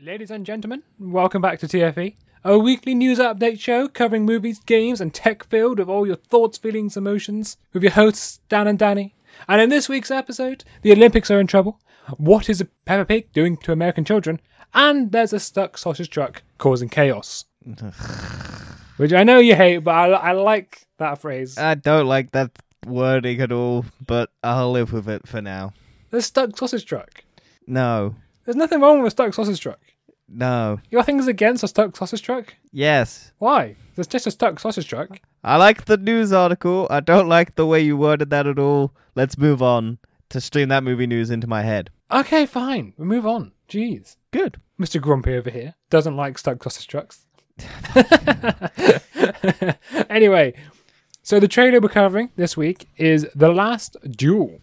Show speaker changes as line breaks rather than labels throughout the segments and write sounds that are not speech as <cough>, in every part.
Ladies and gentlemen, welcome back to TFE, a weekly news update show covering movies, games, and tech filled with all your thoughts, feelings, emotions, with your hosts, Dan and Danny. And in this week's episode, the Olympics are in trouble, what is a Peppa Pig doing to American children, and there's a stuck sausage truck causing chaos. Which I know you hate, but I, I like that phrase.
I don't like that wording at all, but I'll live with it for now.
the stuck sausage truck.
No,
There's nothing wrong with a stuck sausage truck.
no,
Your thing's against a stuck sausage truck?
yes.
Why? There's just a stuck sausage truck.
I like the news article. I don't like the way you worded that at all. Let's move on to stream that movie news into my head.
Okay, fine. We move on. Jeez.
Good.
Mr. Grumpy over here doesn't like stuck sausage trucks. <laughs> anyway, so the trailer we're covering this week is The Last Duel.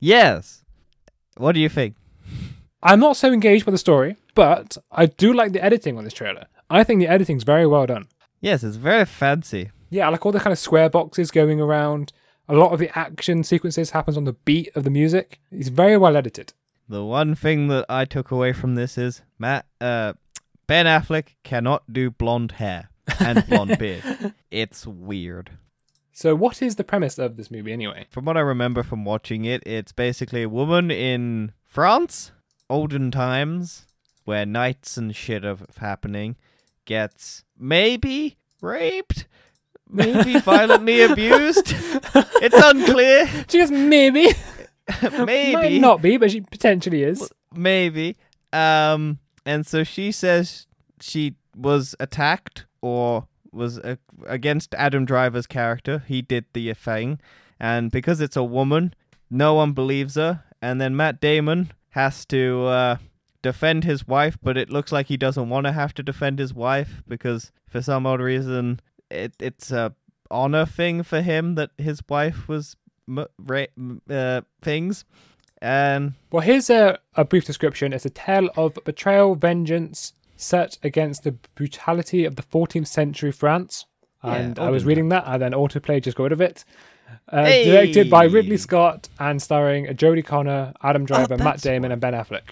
Yes. What do you think?
I'm not so engaged by the story, but I do like the editing on this trailer. I think the editing's very well done.
Yes, it's very fancy.
Yeah, I like all the kind of square boxes going around. A lot of the action sequences happens on the beat of the music. It's very well edited.
The one thing that I took away from this is Matt, uh, Ben Affleck cannot do blonde hair and blonde beard. It's weird.
So, what is the premise of this movie anyway?
From what I remember from watching it, it's basically a woman in France, olden times, where knights and shit are f- happening, gets maybe raped,
<laughs>
maybe violently abused. It's unclear.
She goes, maybe.
maybe
Might not be, but she potentially is.
maybe. Um, and so she says she was attacked or was uh, against Adam Driver's character. He did the thing, and because it's a woman, no one believes her. And then Matt Damon has to uh, defend his wife, but it looks like he doesn't want to have to defend his wife because for some odd reason it it's a honor thing for him that his wife was m- ra- m- uh, things. And
Well, here's a, a brief description. It's a tale of betrayal, vengeance, set against the brutality of the 14th century France.
Yeah,
And I
I'll
was
do
reading that, and then autoplay just got rid of it. Uh, Directed by Ridley
Hey.
Scott and starring Jodie Connor, Adam Driver, Matt
Oh, that's
Damon, and Ben Affleck.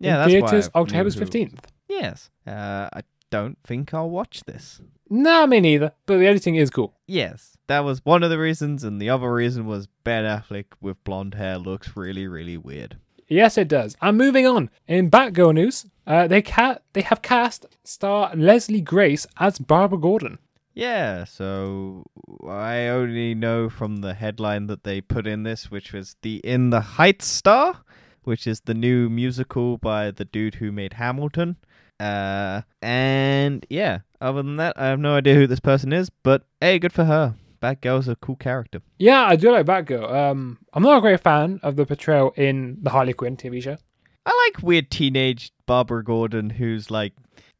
Yeah,
in
that's why
theaters
I
October
knew who-
15th.
Yes. Uh, I don't think I'll watch this.
Nah, me neither. But the editing is cool.
Yes, that was one of the reasons, and the other reason was Ben Affleck with blonde hair looks really, really weird.
Yes, it does. And moving on in Batgirl news, uh, they ca- they have cast star Leslie Grace as Barbara Gordon.
Yeah, so I only know from the headline that they put in this, which was the In the Heights star, which is the new musical by the dude who made Hamilton. Uh, and yeah, other than that, I have no idea who this person is, but hey, good for her. Batgirl's a cool character.
Yeah, I do like Batgirl. Um, I'm not a great fan of the portrayal in the Harley Quinn TV show.
I like weird teenage Barbara Gordon, who's like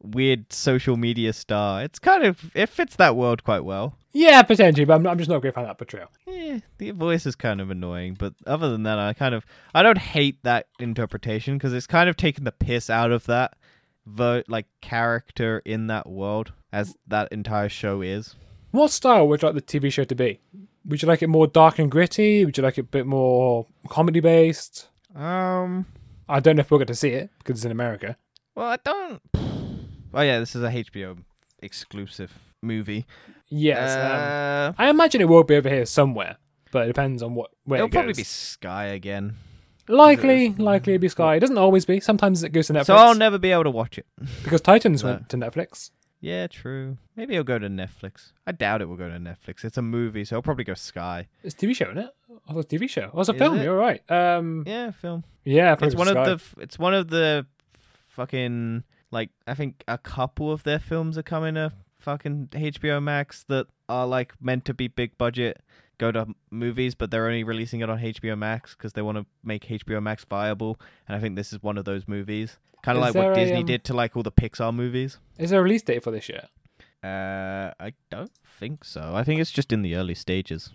weird social media star. It's kind of it fits that world quite well.
Yeah, potentially, but I'm, not, I'm just not a great fan of that portrayal.
Yeah, the voice is kind of annoying, but other than that, I kind of I don't hate that interpretation because it's kind of taken the piss out of that the like character in that world as that entire show is.
What style would you like the TV show to be? Would you like it more dark and gritty? Would you like it a bit more comedy based?
Um,
I don't know if we'll get to see it because it's in America.
well, I don't. <sighs> Oh yeah, this is a HBO exclusive movie.
Yes, um,
uh,
I imagine it will be over here somewhere, but it depends on what where
it'll
it
probably
goes.
be Sky again.
Likely, likely it'd be Sky. It doesn't always be. Sometimes it goes to Netflix.
So I'll never be able to watch it.
because Titans went to Netflix.
Yeah, true. Maybe it'll go to Netflix. I doubt it will go to Netflix. It's a movie, so it'll probably go Sky.
It's a TV show, isn't it? Oh, it's a TV show. Oh, it's a
Is
film.
it?
You're right. Um, yeah,
Yeah, film.
probably
it's one
Sky.
of the. f- It's one of the fucking like I think a couple of their films are coming to fucking HBO Max that are like meant to be big budget go to movies, but they're only releasing it on HBO Max because they want to make HBO Max viable. And I think this is one of those movies, kind of
Is
like what
there a,
Disney
um,
did to like all the Pixar movies.
Is there a release date for this year?
Uh, I don't think so. I think it's just in the early stages.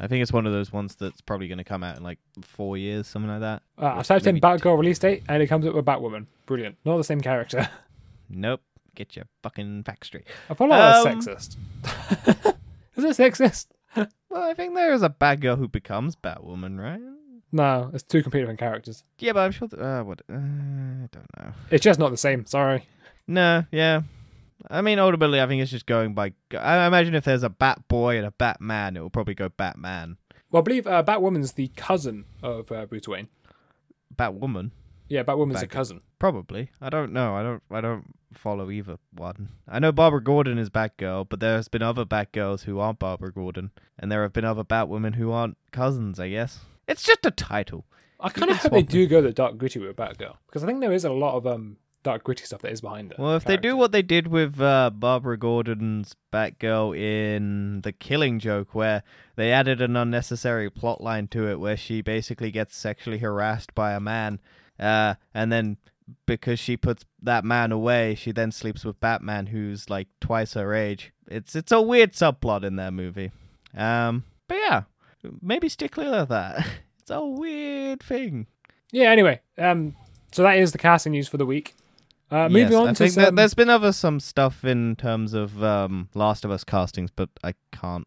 I think it's one of those ones that's probably going to come out in like four years, something like that.
Uh, I've
Yes,
typed in
maybe
Batgirl release date, and it comes up with Batwoman. Brilliant. Not the same character. <laughs>
Nope. Get your fucking facts straight.
I feel like that's
Um,
sexist. is it sexist? <laughs>
Well, I think there is a bad girl who becomes Batwoman, right?
No, it's two completely different characters.
Yeah, but I'm sure. That, uh, what? Uh, I don't know.
It's just not the same. Sorry.
No, yeah. I mean, ultimately, I think it's just going by. I imagine if there's a Bat Boy and a Batman, it will probably go Batman,
Well, I believe uh, Batwoman's the cousin of uh, Bruce Wayne.
Batwoman,
Yeah, Batwoman's a
Bat-
cousin.
probably. I don't know. I don't. I don't follow either one. I know Barbara Gordon is Batgirl, but there's been other Batgirls who aren't Barbara Gordon, and there have been other Batwomen who aren't cousins. I guess it's just a title.
I kind of
can
hope they
swap
do go the dark gritty with Batgirl because I think there is a lot of um dark gritty stuff that is behind it.
Well, if they do what they did with uh, Barbara Gordon's Batgirl in The Killing Joke, where they added an unnecessary plot line to it, where she basically gets sexually harassed by a man, uh, and then because she puts that man away, she then sleeps with Batman, who's like twice her age. It's it's a weird subplot in that movie. Um, but yeah, maybe stick clear of that. <laughs> It's a weird thing.
yeah. Anyway, um, so that is the casting news for the week. Uh,
Yes,
moving on
I
to
think
some,
that there's been other some stuff in terms of um, Last of Us castings, but I can't.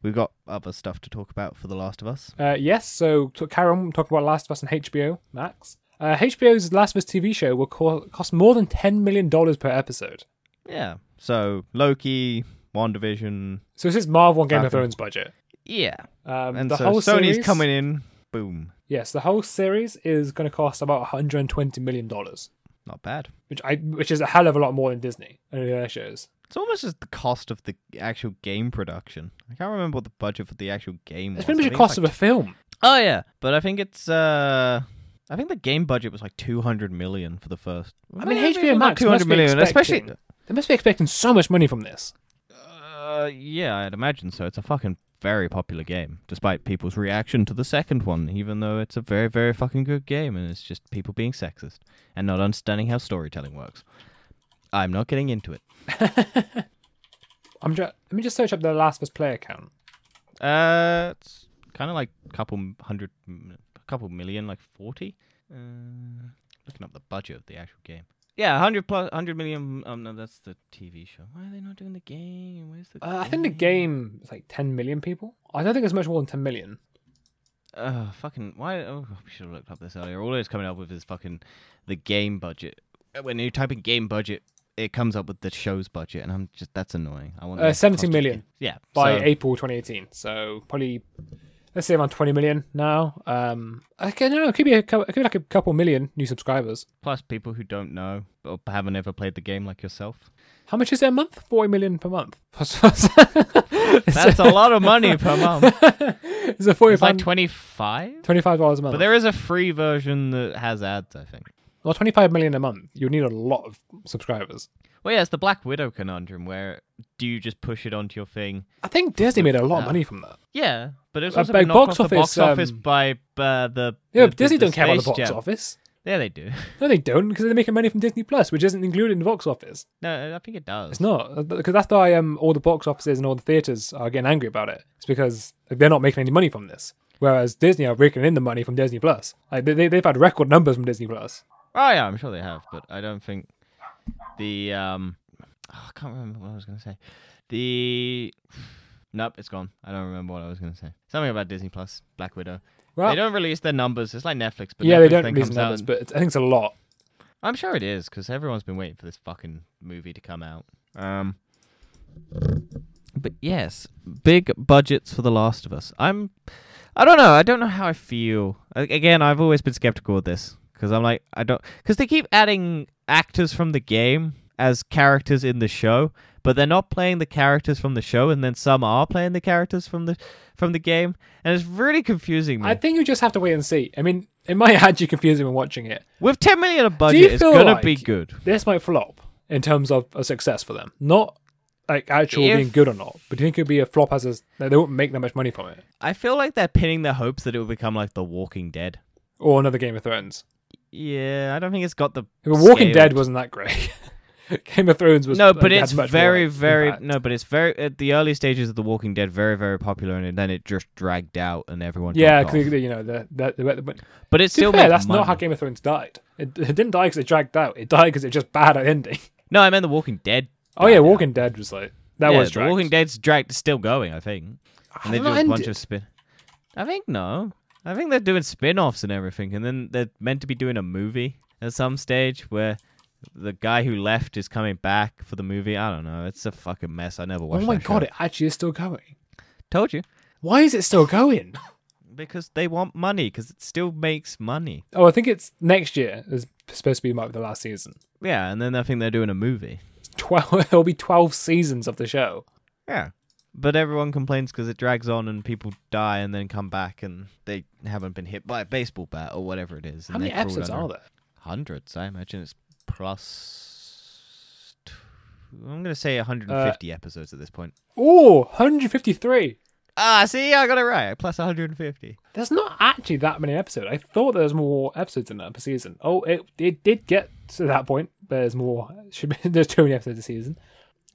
We've got other stuff to talk about for The Last of Us.
Uh, yes, so to carry on talking about Last of Us and HBO Max. Uh, HBO's Last of Us TV show will co- cost more than ten million dollars per episode.
Yeah. So Loki, WandaVision.
So this is Marvel and Game of
Falcon.
Thrones budget.
Yeah.
Um,
And
the
so
whole
Sony's
series,
coming in. Boom.
Yes, the whole series is going to cost about one hundred and twenty million dollars,
Not bad.
which I which is a hell of a lot more than Disney and their shows.
It's almost just the cost of the actual game production. I can't remember what the budget for the actual game was.
It's pretty
I
much
think
the
it's
cost
like-
of a film.
Oh yeah, but I think it's uh I think the game budget was like 200 million for the first.
I mean, HBO Max
two hundred
must be
million,
expecting-
especially
They must be expecting so much money from this.
Uh, yeah, I'd imagine so. It's a fucking very popular game, despite people's reaction to the second one, even though it's a very, very fucking good game and it's just people being sexist and not understanding how storytelling works. I'm not getting into it.
I'm just, let me just search up the Last of Us player count.
Uh, it's kind of like a couple m- hundred, m- a couple million, like 40. Uh, looking up the budget of the actual game. Yeah, 100 plus, 100 million. Um, no, that's the TV show. Why are they not doing the game? Where's the
Uh, I think the game is like 10 million people. I don't think it's much more than 10 million.
Oh, fucking. Why? Oh, we should have looked up this earlier. All it's coming up with is fucking the game budget. Uh, When you type in game budget, it comes up with the show's budget, and I'm just. That's annoying. I want
Uh,
the cost
70
of the
million
game. Yeah.
by
so-
April 2018. So probably let's say around 20 million now. Um, I don't know. It could be a couple, it could be like a couple million new subscribers.
Plus, people who don't know or haven't ever played the game like yourself.
How much is it a month? 40 million per month. <laughs> That's
That's a lot of money per month.
<laughs> It's a 45
It's like 25?
25 dollars a month.
But there is a free version that has ads, I think.
well, 25 million a month. You'll need a lot of subscribers.
Well, yeah, it's the Black Widow conundrum where do you just push it onto your thing
I think Disney made a lot of
Uh,
money from that.
Yeah, but it's
Uh,
also
by
been knocked
box
off the
office,
box
um,
office by uh, the.
Yeah,
the-
but Disney
the
don't care about the
Space
box
Jam.
office.
Yeah, they do.
No, they don't, because they're making money from Disney Plus, which isn't included in the box office.
No, I think it does.
It's not because that's why um, all the box offices and all the theaters are getting angry about it. It's because like, they're not making any money from this, whereas Disney are raking in the money from Disney Plus. Like they, they, they've had record numbers from Disney Plus.
Oh yeah, I'm sure they have, but I don't think the um. oh, I can't remember what I was gonna say. The nope, it's gone. I don't remember what I was gonna say. Something about Disney Plus, Black Widow.
Well-
they don't release their numbers. It's like Netflix, but
yeah,
Netflix
they don't
then
release
comes
numbers,
out. and-
but it's, I think it's a lot.
I'm sure it is because everyone's been waiting for this fucking movie to come out. Um, but yes, big budgets for The Last of Us. I'm, I don't know. I don't know how I feel. A- Again, I've always been skeptical of this because I'm like, I don't, because they keep adding actors from the game as characters in the show, but they're not playing the characters from the show, and then some are playing the characters from the from the game, and it's really confusing me.
I think you just have to wait and see. I mean, it might actually <laughs> confuse you when watching it.
With 10 million a
Do you
budget, it's
feel
gonna
like
be good.
This might flop in terms of a success for them, not like actual
If-
being good or not. But do you think it'd be a flop as a, like, they won't make that much money from it,
I feel like they're pinning their hopes that it will become like The Walking Dead.
or another Game of Thrones?
Yeah, I don't think it's got the.
But Walking
scale.
Dead wasn't that great. <laughs> Game of Thrones was
No,
like,
but
had
it's
much more
very, very
impact.
no, but it's very at the early stages of The Walking Dead, very, very popular, and then it just dragged out, and everyone.
Yeah,
dropped off.
because you know the, the, the, the, but
but it's
to be
Oh, still
fair,
made
that's not
money.
how Game of Thrones died. It, it didn't die because it dragged out. It died because it just bad at ending. <laughs>
No, I meant The Walking Dead.
Oh yeah,
died out.
Walking Dead was like that
yeah,
was
The
dragged.
Walking Dead's dragged, still going, I think, and
How
they
did
do
that
a
end
bunch
it?
of spin. I think no. I think they're doing spin offs and everything, and then they're meant to be doing a movie at some stage where the guy who left is coming back for the movie. I don't know. It's a fucking mess. I never
Oh
watched
my
that
god,
show.
it actually is still going.
Told you.
Why is it still going? <laughs>
Because they want money, because it still makes money.
Oh, I think it's next year. It's supposed to be might be the last season.
Yeah, and then I think they're doing a movie.
Twelve. <laughs> There'll be twelve seasons of the show.
Yeah. But everyone complains because it drags on and people die and then come back and they haven't been hit by a baseball bat or whatever it is.
How many episodes are there?
Hundreds, I imagine. It's plus. t- I'm going to say 150 episodes at this point.
Oh, 153.
Ah, see, I got it right. Plus 150.
There's not actually that many episodes. I thought there was more episodes in that per season. Oh, it it did get to that point. but There's more. <laughs> Should be, there's too many episodes a season.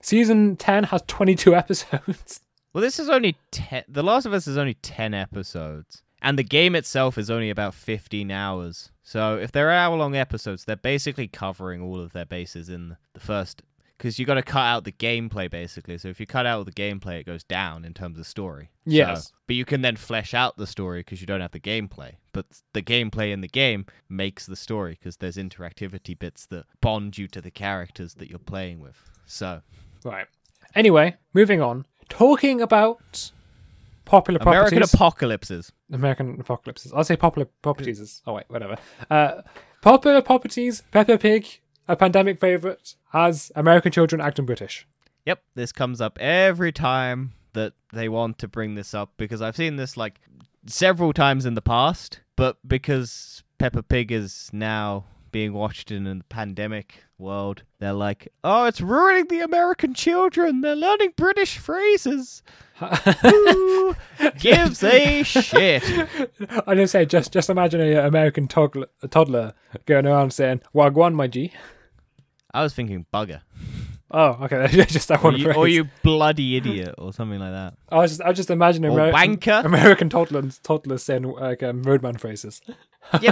Season 10 has 22 <laughs> episodes.
Well, this is only 10. The Last of Us is only 10 episodes. And the game itself is only about 15 hours. So if they're hour long episodes, they're basically covering all of their bases in the first. Because you got to cut out the gameplay, basically. So if you cut out the gameplay, it goes down in terms of story. So-
Yes.
but you can then flesh out the story because you don't have the gameplay. But the gameplay in the game makes the story because there's interactivity bits that bond you to the characters that you're playing with. So
Right. Anyway, moving on. Talking about popular properties.
American apocalypses.
American apocalypses. I'll say popular properties. Oh wait, whatever. Uh, popular properties. Peppa Pig, a pandemic favorite, has American children acting British.
Yep, this comes up every time that they want to bring this up because I've seen this like several times in the past, but because Peppa Pig is now being watched in a pandemic world, they're like, oh, it's ruining the American children. They're learning British phrases. Who gives a shit?
I just say, just just imagine a uh, American toddler, a toddler going around saying "Wagwan, my G."
I was thinking bugger.
Oh, okay, <laughs> just that
Or
one
you,
phrase.
or you bloody idiot or something like that.
I was just, I was just imagine
Or
American
wanker.
American toddlers, toddlers saying like um, roadman phrases.
Yeah,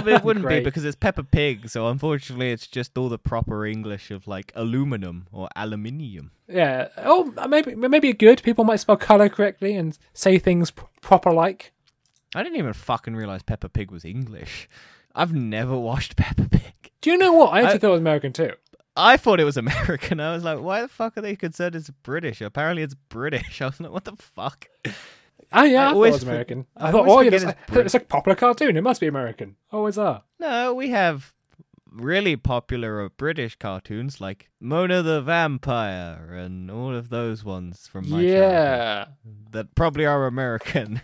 <laughs>
but it wouldn't be
Great.
because it's Peppa Pig, so unfortunately it's just all the proper English of like aluminum or aluminium.
Yeah. Oh, maybe maybe good. People might spell color correctly and say things p- proper like.
I didn't even fucking realize Peppa Pig was English. I've never <laughs> watched Peppa Pig.
Do you know what? I actually
I-
thought it was American too.
I thought it was American. I was like, why the fuck are they concerned it's British? Apparently it's British. <laughs> I was like, what the fuck?
Ah, yeah, I, thought
I
it
always
was
for-
American.
I
I, thought,
always
oh, yeah,
forget
it's,
it's Brit-
it's a popular cartoon. It must be American. Always are.
No, we have really popular uh, British cartoons like Mona the Vampire and all of those ones from my childhood
yeah.
that probably are American.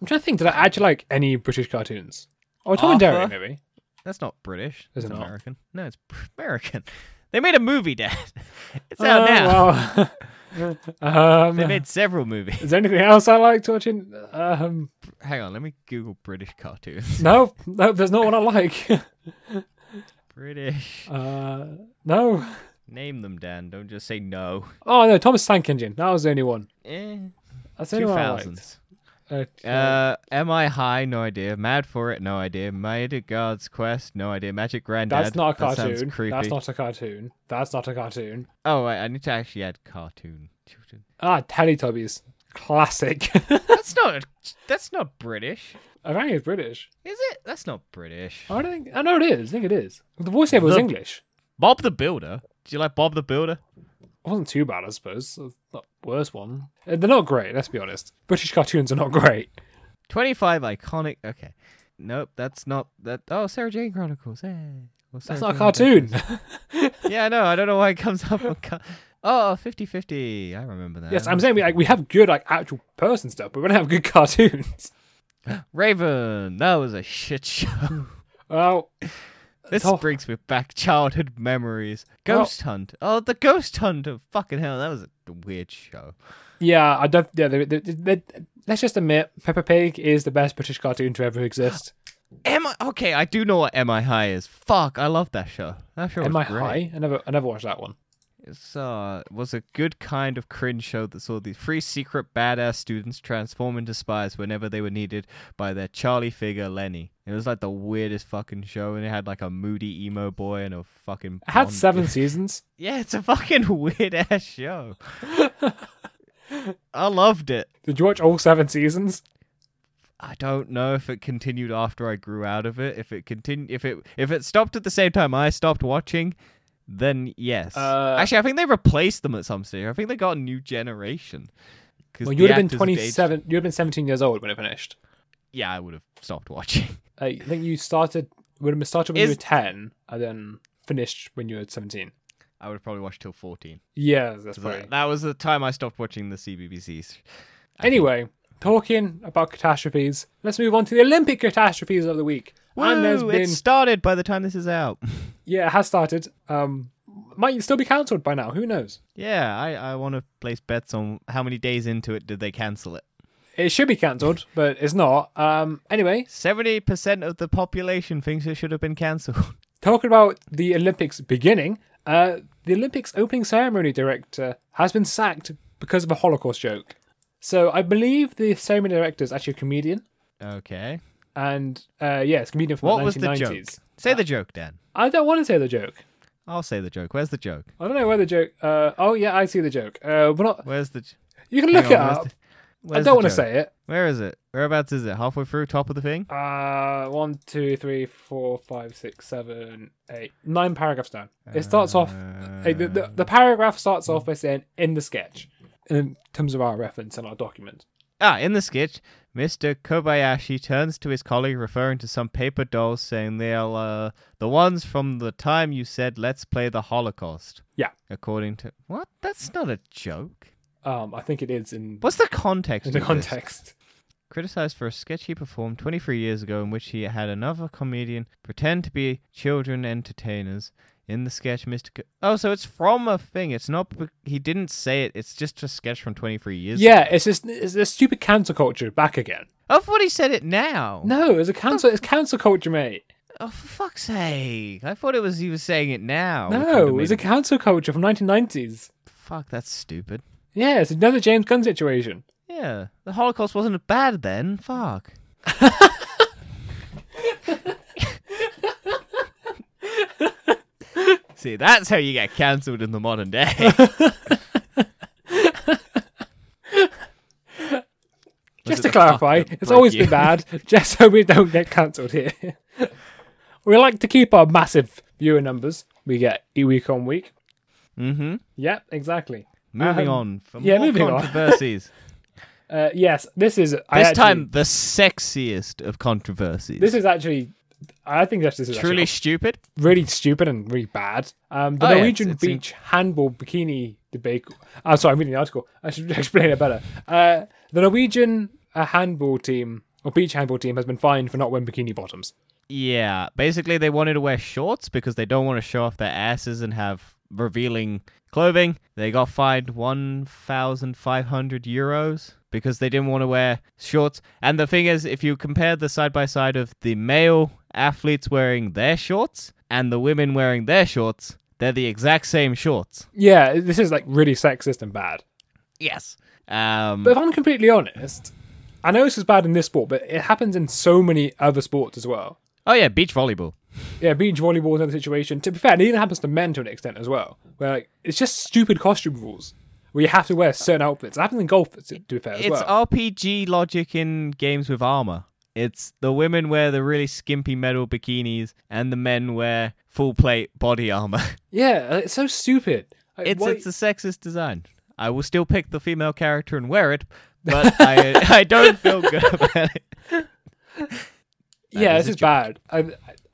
I'm trying to think. Did I actually like any British cartoons? Oh, Tom and Jerry,
Arthur?
maybe.
That's not British.
Is
It's
it not?
American. No, it's <laughs> pr- American. They made a movie, Dad. <laughs> It's out now.
Oh, Um, Well. <laughs> um,
They made several movies. <laughs>
is there anything else I liked watching? Um,
Hang on, let me Google British
<laughs>
cartoons.
no, no, there's not one I like. <laughs>
British.
uh, no.
Name them, Dan. Don't just say no.
Oh, no, Thomas Tank Engine. That was the only one.
Eh.
That's the only one I liked.
2000s.
Uh,
Uh, Am I High? No idea. Mad for It? No idea. Magic God's Quest? No idea. Magic Granddad?
that's not a
That sounds
cartoon.
creepy.
That's not a cartoon. That's not a cartoon.
Oh, wait. I need to actually add cartoon. Children. <laughs>
Ah, Teletubbies. Classic. <laughs>
that's not. That's not British,
I think it's British.
is it? That's not British.
I don't think. I know it is. I think it is. The voiceover was
The-
English.
Bob the Builder. Do you like Bob the Builder?
It wasn't too bad, I suppose. It's Not the worst one. Uh, They're not great. Let's be honest. British cartoons are not <laughs> great.
25 iconic. Okay. Nope, that's not that. Oh, Sarah Jane Chronicles. eh. Or Sarah
That's not a
Jane
cartoon.
Adventures. yeah, I know. I don't know why it comes up on. Car- oh, 50 50. I remember that.
yes, I'm saying we like we have good like actual person stuff, but we don't have good <laughs> cartoons.
Raven. That was a
<laughs>
shit show.
Well,
this
Oh.
brings me back childhood memories.
Well-
Ghost Hunt. Oh, the Ghost Hunt of fucking hell. That was a weird show.
yeah, I don't. Yeah, they, they, they, they- let's just admit, Peppa Pig is the best British cartoon to ever exist.
Am I. Okay, I do know what Am I High is. Fuck, I love that show. That show
Am I
was great.
high? I never, I never watched that one.
It's, uh, was a good kind of cringe show that saw the three secret badass students transform into spies whenever they were needed by their Charlie figure Lenny. It was like the weirdest fucking show, and it had like a moody emo boy and a fucking.
It had
blonde- <laughs>
seven seasons.
Yeah, it's a fucking <laughs> weird
<laughs>
ass show. I loved it.
Did you watch all seven seasons?
I don't know if it continued after I grew out of it. If it continued, if it if it stopped at the same time I stopped watching, then yes.
Uh,
Actually, I think they replaced them at some stage. I think they got a new generation. 'Cause
Well,
the
you would have been
actors had aged-
27. You would have been 17 years old when it finished.
Yeah, I would have stopped watching. <laughs>
Like, I think you started would have started when
Is-
you were 10 and then finished when you were 17.
I would have probably watched till fourteen.
Yeah, that's
'Cause that-
probably.
that was the time I stopped watching the CBBCs.
Anyway, talking about catastrophes, let's move on to the Olympic catastrophes of the week. and there's
Woo,
been
it started by the time this is out. <laughs>
yeah, it has started. Um, might still be cancelled by now. Who knows?
yeah, I, I want to place bets on how many days into it did they cancel it.
It should be cancelled, <laughs> but it's not. Um, anyway,
Seventy percent of the population thinks it should have been cancelled.
talking about the Olympics beginning, uh, the Olympics opening ceremony director has been sacked because of a Holocaust joke. So I believe the ceremony director is actually a comedian,
<laughs> okay,
and uh, yeah, it's a comedian from
what
the
was
1990s.
the joke? Say the joke, Dan.
I don't want to say the joke.
I'll say the joke. Where's the joke?
I don't know where the joke. Uh, oh yeah, I see the joke. Uh, we're not.
Where's the? j-
You can <laughs> look
hang
it
on, where's
up.
the-
I
where's
don't
the
want to
joke?
say it.
Where is it? Whereabouts is it? Halfway through, top of the thing.
Uh, one, two, three, four, five, six, seven, eight, nine paragraphs down. It starts off. eh, the, the,
Uh.
the paragraph starts off by saying "in the sketch," in terms of our reference and our document.
Ah, in the sketch, Mr. Kobayashi turns to his colleague, referring to some paper dolls, saying they are uh, the ones from the time you said, "Let's play the Holocaust."
Yeah.
According to what? That's not a joke.
Um, I think it is in,
What's the context?
in the
of this?
context.
criticized for a sketch he performed 23 years ago in which he had another comedian pretend to be children entertainers. In the sketch, Mr. K- oh, so it's from a thing. It's not. be- He didn't say it. It's just a sketch from 23 years.
Yeah, it's just it's a stupid cancel culture back again.
I thought he said it now.
No, it's a cancel. It's cancel culture, mate.
Oh, for fuck's sake! I thought it was he was saying it now. which would've
No,
Oh, made
it's a
it-
cancel culture from 1990s.
Fuck, that's stupid.
Yeah, it's another James Gunn situation.
Yeah, the Holocaust wasn't bad then. Fuck. <laughs> See, that's how you get cancelled in the modern <laughs> day.
Just to clarify, it's always been bad, <laughs> just so we don't get cancelled here. <laughs> we like to keep our massive viewer numbers we get e- week on week.
Mm-hmm.
Yep, exactly.
Moving
Um,
on from
yeah,
more
moving on.
<laughs> controversies.
Uh, yes, this is. This
this time, the sexiest of controversies.
this is actually. I think that this is
truly
actually
stupid.
really stupid and really bad. Um, the
Oh, yeah,
Norwegian
it's- it's in-
beach handball bikini debate. I'm sorry, I'm reading the article. I should <laughs> explain it better. Uh, the Norwegian uh, handball team or beach handball team has been fined for not wearing bikini bottoms.
Yeah, basically they wanted to wear shorts because they don't want to show off their asses and have revealing clothing. They got fined 1,500 euros because they didn't want to wear shorts. And the thing is, if you compare the side by side of the male athletes wearing their shorts and the women wearing their shorts, they're the exact same shorts.
Yeah, this is like really sexist and bad.
Yes. Um,
But if I'm completely honest, I know this is bad in this sport, but it happens in so many other sports as well.
oh, yeah, beach volleyball.
Yeah, beach volleyball is another situation. To be fair, it even happens to men to an extent as well, where like, it's just stupid costume rules where you have to wear certain outfits. It happens in golf, to to be fair, as
it's
well.
RPG logic in games with armor. It's the women wear the really skimpy metal bikinis, and the men wear full plate body armor. <laughs>
yeah, it's so stupid. Like,
It's
why-
it's a sexist design. I will still pick the female character and wear
<laughs>
it, but I <laughs> I don't feel good about it.
yeah,
is
this
a
is bad. I,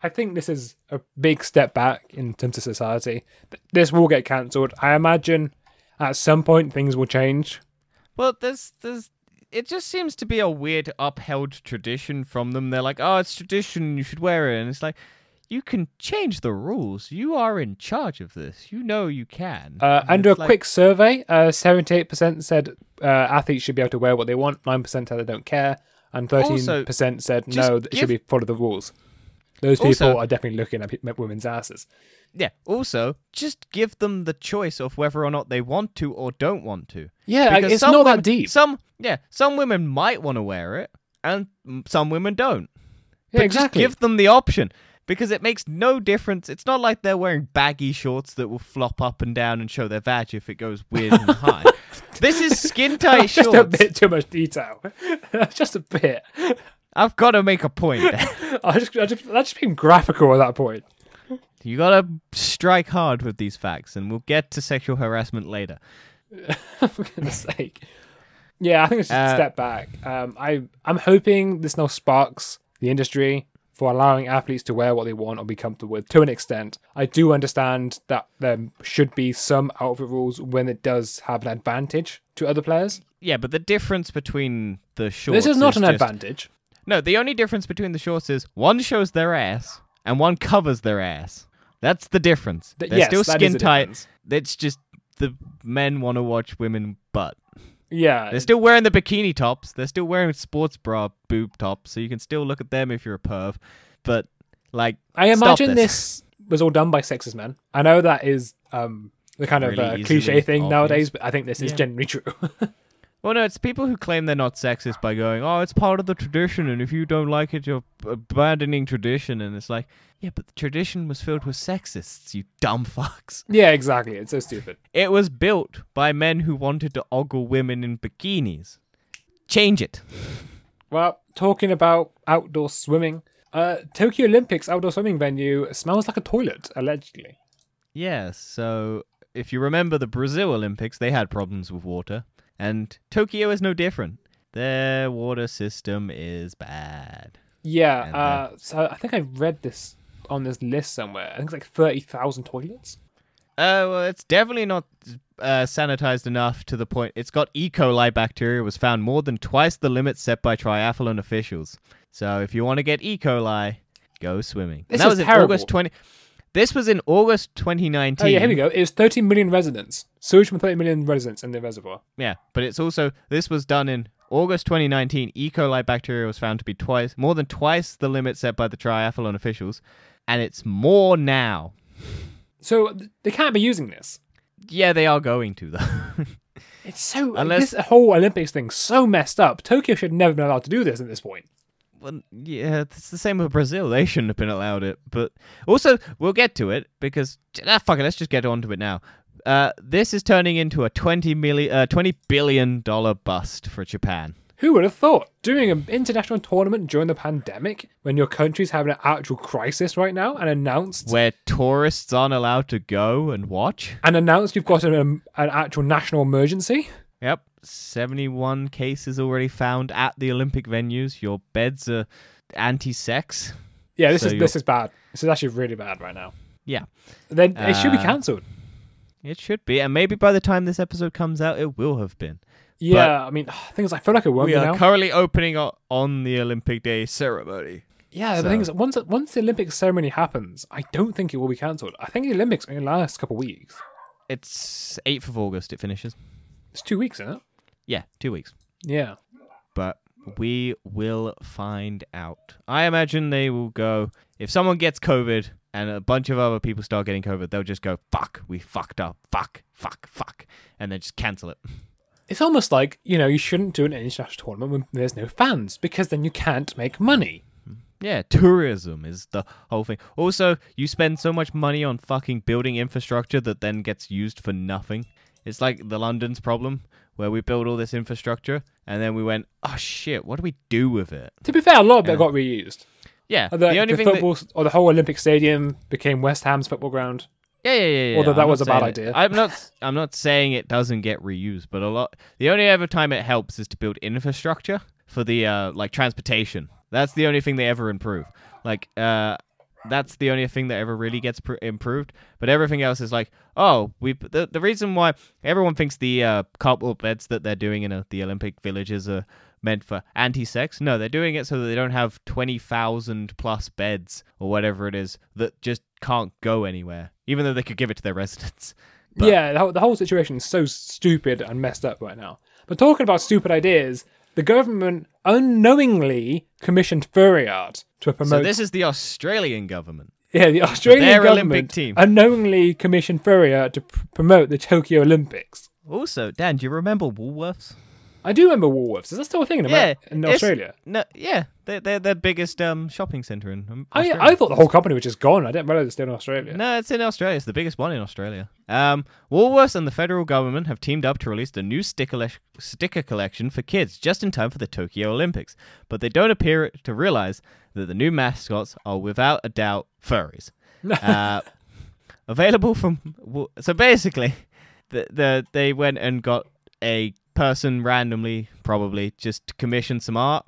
I think this is a big step back in terms of society. Th- This will get cancelled. I imagine at some point things will change.
Well, there's there's it just seems to be a weird upheld tradition from them. They're like, oh, it's tradition, you should wear it, and it's like. You can change the rules. You are in charge of this. You know you can.
Uh,
And
under a
it's like-
quick survey, uh, 78% said uh, athletes should be able to wear what they want, 9% said they don't care, and 13% said
just
no, that it should be
give-
follow the rules. Those people
Also-
are definitely looking at pe- women's asses.
Yeah. Also, just give them the choice of whether or not they want to or don't want to.
Yeah, like,
Because
it's
some
not
women-
that deep.
Some yeah, some women might want to wear it, and mm, some women don't.
yeah,
but
exactly. <laughs>
Just give them the option because it makes no difference. It's not like they're wearing baggy shorts that will flop up and down and show their vag if it goes
<laughs>
weird and high. This is skin tight
That's just a <laughs>
shorts.
bit too much detail. That's just a bit.
I've got to make a point. there.
I just, I just, that's just being graphical at that point.
you got to strike hard with these facts, and we'll get to sexual harassment later.
For <laughs> goodness sake. Yeah, I think it's just
Uh,
a step back. Um, I, I'm hoping this now sparks the industry for allowing athletes to wear what they want or be comfortable with to an extent. I do understand that there should be some outfit rules when it does have an advantage to other players.
Yeah, but the difference between the shorts.
This is not an
just-
advantage.
No, the only difference between the shorts is one shows their ass and one covers their ass. That's the difference.
Th-
They're
yes,
still
that is
skin
the
tight.
difference.
It's just the men want to watch women butt.
Yeah,
They're still wearing the bikini tops. They're still wearing sports bra boob tops, so you can still look at them if you're a perv. But like,
I
stop
imagine this. was all done by sexist men. I know that is um, the kind of
Really
uh,
easily
cliche thing
obvious.
nowadays, but I think this is
Yeah.
generally true. <laughs>
Well, no, it's people who claim they're not sexist by going, "Oh, it's part of the tradition, and if you don't like it, you're abandoning tradition." And it's like, yeah, but the tradition was filled with sexists, you dumb fucks.
yeah, exactly. It's so stupid.
It was built by men who wanted to ogle women in bikinis. Change it.
Well, talking about outdoor swimming, uh, Tokyo Olympics outdoor swimming venue smells like a toilet, allegedly.
Yeah, so if you remember the Brazil Olympics, they had problems with water, and Tokyo is no different. Their water system is bad.
Yeah,
And, uh,
uh, so I think I read this on this list somewhere. I think it's like 30,000 toilets.
Uh, well, it's definitely not uh, sanitized enough to the point it's got E. coli bacteria was found more than twice the limit set by triathlon officials. So if you want to get E. coli, go swimming. And
This
that
is
was in
terrible.
August 20 This was in August 2019.
Oh, yeah, here we go. It was 30 million residents. Sewage from 30 million residents in the reservoir.
Yeah, but it's also this was done in August 2019. E. coli bacteria was found to be twice more than twice the limit set by the triathlon officials, and it's more now.
So th- they can't be using this.
Yeah, they are going to though. <laughs>
It's so
Unless-
this whole Olympics thing so messed up. Tokyo should never been allowed to do this at this point.
well, yeah, it's the same with Brazil. They shouldn't have been allowed it. But also, we'll get to it because ah, fuck it, let's just get on to it now. Uh, this is turning into a 20 million, uh, 20 billion dollar bust for Japan.
Who would have thought doing an international tournament during the pandemic when your country's having an actual crisis right now and announced
Where tourists aren't allowed to go and watch.
and announced you've got an, um, an actual national emergency?
Yep, 71 cases already found at the Olympic venues. Your beds are anti-sex.
Yeah, this
So
is
you're-
this is bad. This is actually really bad right now.
Yeah,
Then it should be
Uh,
cancelled.
it should be, and maybe by the time this episode comes out, it will have been.
Yeah, I mean <sighs> things. I feel like it won't
We
be
are
now.
currently opening o- on the Olympic Day ceremony.
yeah, the
so-
thing is, once once the Olympic ceremony happens, I don't think it will be cancelled. I think the Olympics only last a couple of weeks.
It's 8th of August. It finishes.
It's two weeks, isn't it?
Yeah, two weeks.
Yeah.
but we will find out. I imagine they will go if someone gets COVID and a bunch of other people start getting COVID, they'll just go fuck, we fucked up, fuck, fuck, fuck, and then just cancel it. <laughs>
It's almost like, you know, you shouldn't do an international tournament when there's no fans because then you can't make money.
Yeah, tourism is the whole thing. Also, you spend so much money on fucking building infrastructure that then gets used for nothing. It's like the London's problem where we build all this infrastructure and then we went, oh shit, what do we do with it?
To be fair, a lot of it got reused.
Yeah,
The,
the only
the
thing that-
football or the whole Olympic stadium became West Ham's football ground.
Yeah, yeah, yeah. yeah.
Although that
I'm
was
not
a bad
saying
idea.
It, I'm not. I'm not saying it doesn't get reused, but a lot. The only ever time it helps is to build infrastructure for the uh, like transportation. That's the only thing they ever improve. Like, uh, that's the only thing that ever really gets pr- improved. But everything else is like, oh, we. The, the reason why everyone thinks the uh, cardboard beds that they're doing in uh the Olympic villages are meant for anti-sex. No, they're doing it so that they don't have 20,000 plus beds or whatever it is that just can't go anywhere, even though they could give it to their <laughs> residents. But-
yeah, the whole, the whole situation is so stupid and messed up right now. But talking about stupid ideas, the government unknowingly commissioned furry art to promote.
So this is the Australian government.
yeah, the Australian
their Olympic
government
team.
unknowingly commissioned furry art to pr- promote the Tokyo Olympics.
Also, Dan, do you remember Woolworths?
I do remember Woolworths. Is that still a thing in, Amer- in
it's-
Australia?
No, yeah, They're, they're the biggest um, shopping centre in um,
I,
Australia.
I thought the whole company was just gone. I didn't realize it's still in Australia.
No, it's in Australia. It's the biggest one in Australia. Um, Woolworths and the federal government have teamed up to release a new sticker, le- sticker collection for kids just in time for the Tokyo Olympics. But they don't appear to realize that the new mascots are without a doubt <laughs> furries. uh, available from. Wo- So basically, the, the they went and got a person randomly, probably, just to commission some art.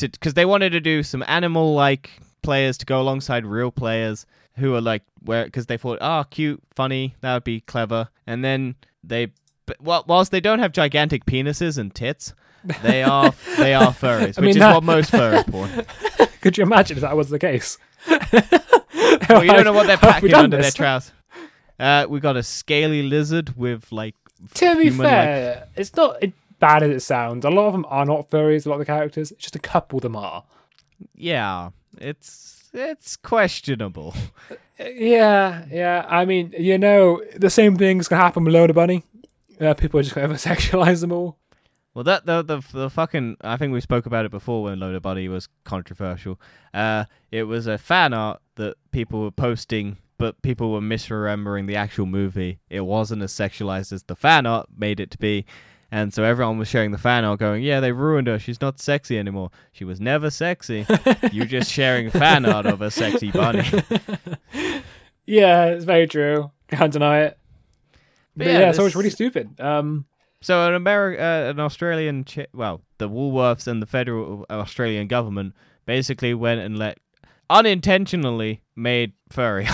Because they wanted to do some animal like players to go alongside real players who are like where because they thought ah cute funny that would be clever and then they but whi- whilst they don't have gigantic penises and tits
<laughs>
they are they are furries
I
which
mean,
is
that-
what most furry
<laughs>
porn
Could you imagine if that was the case? <laughs>
well you don't know what they're
Have we
packing
done
under
this?
their trousers uh we got a scaly lizard with like
To be
human-like-
fair, it's not it, bad as it sounds. A lot of them are not furries. A lot of the characters, it's just a couple of them are.
yeah it's it's questionable
Yeah, yeah. I mean, you know, the same thing's gonna happen with Load of Bunny. Uh, people are just gonna <laughs> sexualize them all.
Well, that the, the the fucking I think we spoke about it before when Loader Buddy was controversial. Uh, it was a fan art that people were posting, but people were misremembering the actual movie. It wasn't as sexualized as the fan art made it to be, and so everyone was sharing the fan art, going, "Yeah, they ruined her. She's not sexy anymore. She was never
<laughs>
sexy. You're just sharing fan art of a sexy bunny."
Yeah, it's very true. Can't deny it. But, yeah,
yeah,
so it's
this-
really stupid. Um,
So an American, uh, an Australian, chi- well, the Woolworths and the federal uh, Australian government basically went and let unintentionally made furry.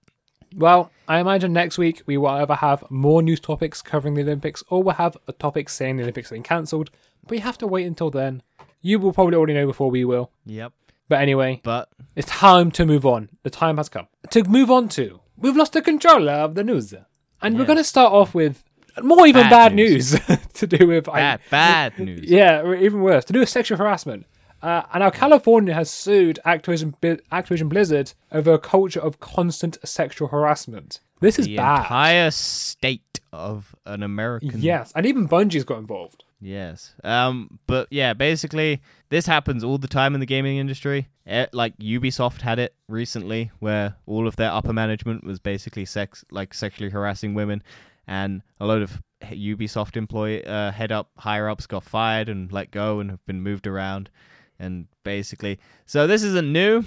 <laughs>
well, I imagine next week we will either have more news topics covering the Olympics, or we'll have a topic saying the Olympics have been cancelled. But you have to wait until then. You will probably already know before we will.
yep.
But anyway,
But
it's time to move on. The time has come to move on to. We've lost the controller of the news, and we're
Yes.
going to start off with more even
Bad
bad news, <laughs>
news.
to do with I-
bad, bad news.
Yeah, or even worse, to do with sexual harassment. Uh, and now California has sued Activision, Bi- Activision Blizzard over a culture of constant sexual harassment. This is
The
bad.
entire state of an American.
yes, and even Bungie's got involved.
Yes. Um. But yeah, basically, this happens all the time in the gaming industry. Eh, like Ubisoft had it recently, where all of their upper management was basically sex, like sexually harassing women, and a load of Ubisoft employee uh, head up higher ups got fired and let go and have been moved around, and basically, so this isn't new.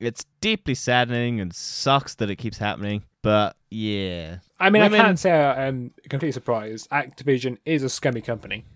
It's deeply saddening and sucks that it keeps happening. But yeah,
I mean,
Women-
I can't say I'm completely surprised. Activision is a scummy company.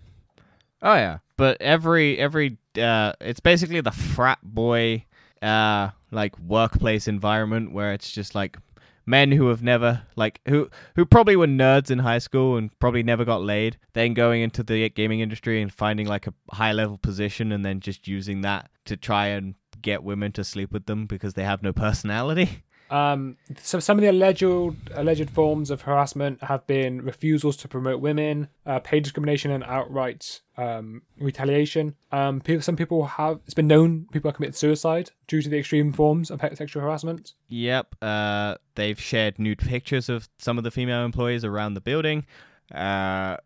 Oh yeah, but every every uh, it's basically the frat boy uh like workplace environment where it's just like men who have never like who who probably were nerds in high school and probably never got laid, then going into the gaming industry and finding like a high level position and then just using that to try and get women to sleep with them because they have no personality. <laughs>
Um, so some of the alleged alleged forms of harassment have been refusals to promote women, uh, pay discrimination, and outright um, retaliation. Um, people, some people have it's been known people have committed suicide due to the extreme forms of he- sexual harassment.
Yep. Uh, they've shared nude pictures of some of the female employees around the building. Uh,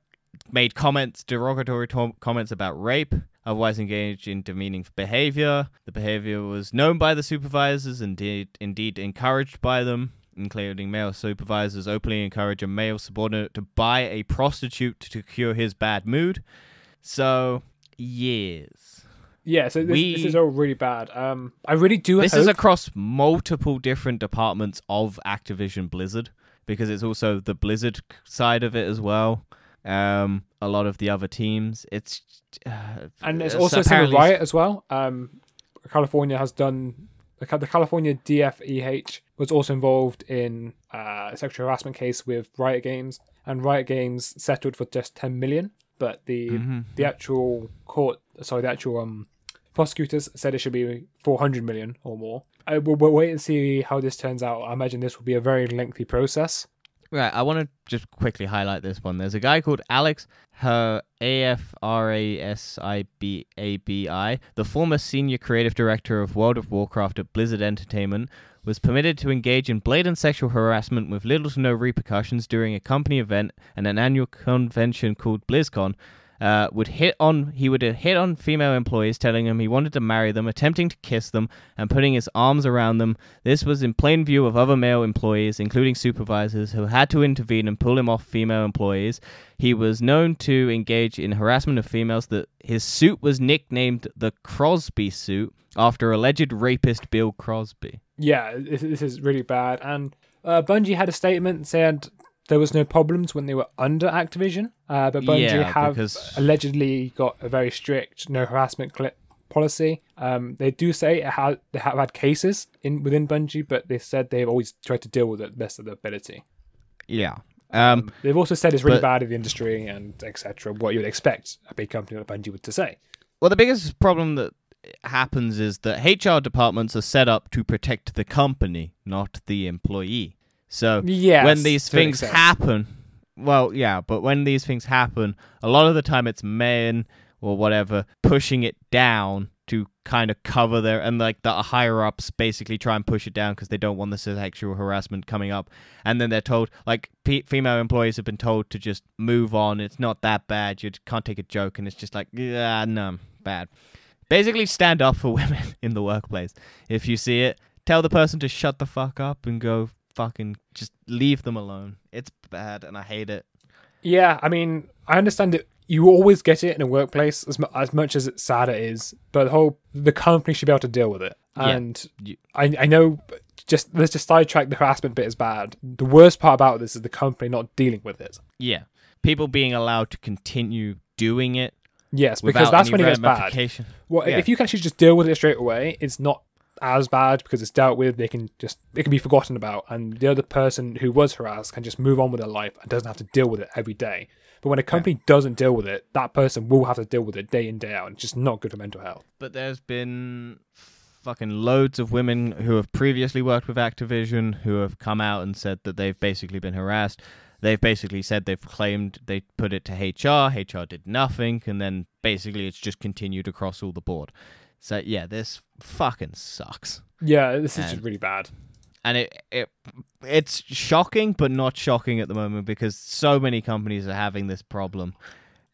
made comments, derogatory to- comments about rape. Otherwise engaged in demeaning behavior. The behavior was known by the supervisors, indeed, indeed encouraged by them, including male supervisors openly encourage a male subordinate to buy a prostitute to cure his bad mood. So, yes.
Yeah, so this,
We-
this is all really bad. Um, I really do
This
hope.
is across multiple different departments of Activision Blizzard because it's also the Blizzard c- side of it as well. Um, a lot of the other teams. It's uh,
and there's
it's
also some
apparently-
riot as well. Um, California has done the Ca- the California DFEH was also involved in uh, a sexual harassment case with Riot Games, and Riot Games settled for just 10 million. But the the actual court, sorry, the actual um, prosecutors said it should be 400 million or more. I, we'll, we'll wait and see how this turns out. I imagine this will be a very lengthy process.
Right, I want to just quickly highlight this one. There's a guy called Alex Her A F R A S I B A B I, the former senior creative director of World of Warcraft at Blizzard Entertainment, was permitted to engage in blatant sexual harassment with little to no repercussions during a company event and an annual convention called BlizzCon uh, would hit on he would hit on female employees, telling them he wanted to marry them, attempting to kiss them, and putting his arms around them. This was in plain view of other male employees, including supervisors, who had to intervene and pull him off female employees. He was known to engage in harassment of females. That his suit was nicknamed the Crosby suit after alleged rapist Bill Crosby.
Yeah, this, this is really bad. And uh, Bungie had a statement saying there was no problems when they were under Activision, uh, but Bungie
Yeah,
have
because-
allegedly got a very strict no harassment cli policy. Um, they do say it ha- they have had cases in within Bungie, but they said they've always tried to deal with it best of their ability.
Yeah. Um,
They've also said it's really
But-
bad in the industry and etc. What you would expect a big company like Bungie would to say.
Well, the biggest problem that happens is that HR departments are set up to protect the company, not the employee. So
Yes,
when these
to an
things
extent.
happen, well, yeah, but when these things happen, a lot of the time it's men or whatever pushing it down to kind of cover their and like the higher ups basically try and push it down because they don't want the sexual harassment coming up and then they're told like pe female employees have been told to just move on it's not that bad you can't take a joke and it's just like yeah no bad basically stand up for <laughs> women in the workplace if you see it tell the person to shut the fuck up and go fucking just leave them alone it's bad and i hate it
Yeah, I mean, I understand that you always get it in a workplace as, mu- as much as it's sad it is, but the whole the company should be able to deal with it.
Yeah.
And
You-
I I know just let's just sidetrack the harassment bit is bad. The worst part about this is the company not dealing with it.
yeah people being allowed to continue doing it
Yes, because
without
that's when
any
it gets bad.
ramification.
Well,
Yeah.
if you can actually just deal with it straight away, it's not as bad because it's dealt with. They can just it can be forgotten about, and the other person who was harassed can just move on with their life and doesn't have to deal with it every day. But when a company doesn't deal with it, that person will have to deal with it day in day out, and it's just not good for mental health.
but there's been fucking loads of women who have previously worked with Activision who have come out and said that they've basically been harassed. They've basically said they've claimed they put it to HR, HR did nothing, and then basically it's just continued across all the board. So yeah, this fucking sucks.
Yeah, this is just
And-
really bad.
And it, it it's shocking but not shocking at the moment because so many companies are having this problem.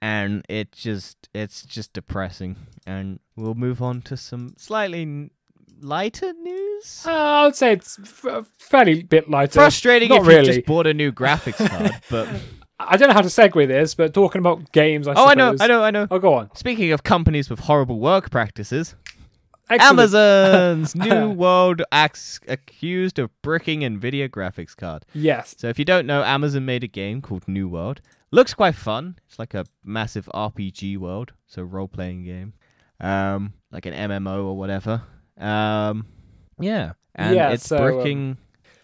And it just it's just depressing. And we'll move on to some slightly n- lighter news.
Uh, I would say it's f- uh, fairly bit lighter.
Frustrating
not
if you
really.
just bought a new graphics
<laughs>
card, but
I don't know how to segue this, but talking about games, I
Oh, I know,
suppose-
I know, I know.
Oh, go on.
Speaking of companies with horrible work practices,
Excellent. <laughs>
Amazon's New World acts accused of bricking Nvidia graphics card.
Yes.
So if you don't know, Amazon made a game called New World. Looks quite fun. It's like a massive RPG world, so role playing game, um, like an MMO or whatever. Um, yeah, and
Yeah,
it's
so, um,
bricking.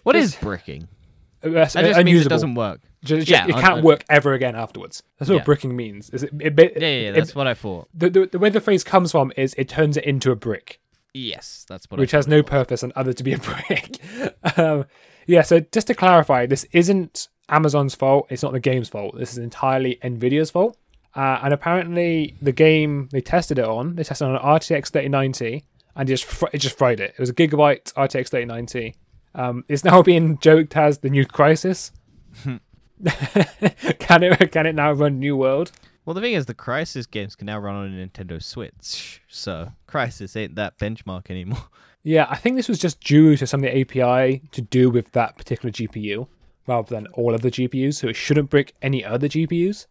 What is
this-
bricking?
<laughs> Uh, that's
That just means it
unusable.
doesn't work.
Just,
Yeah,
it
I-
can't
I-
work ever again afterwards. That's what
Yeah.
bricking means. Is it, it, ba-
Yeah, yeah, yeah
it-
that's what I thought.
the, the, the way the phrase comes from is it turns it into a brick,
Yes, that's what.
which
I
has no purpose and other to be a <laughs> brick. um, yeah, so just to clarify, this isn't Amazon's fault. It's not the game's fault. This is entirely Nvidia's fault. Uh, and apparently, the game they tested it on, they tested it on an RTX 3090, and it just fr- it just fried it. It was a gigabyte RTX 3090. Um, it's now <laughs> being joked as the new crisis. <laughs> can it can it now run New World?
Well, the thing is, the Crisis games can now run on a Nintendo Switch, so Crisis ain't that benchmark anymore. <laughs>
Yeah, I think this was just due to some of the API to do with that particular GPU rather than all of the GPUs. So it shouldn't brick any other GPUs.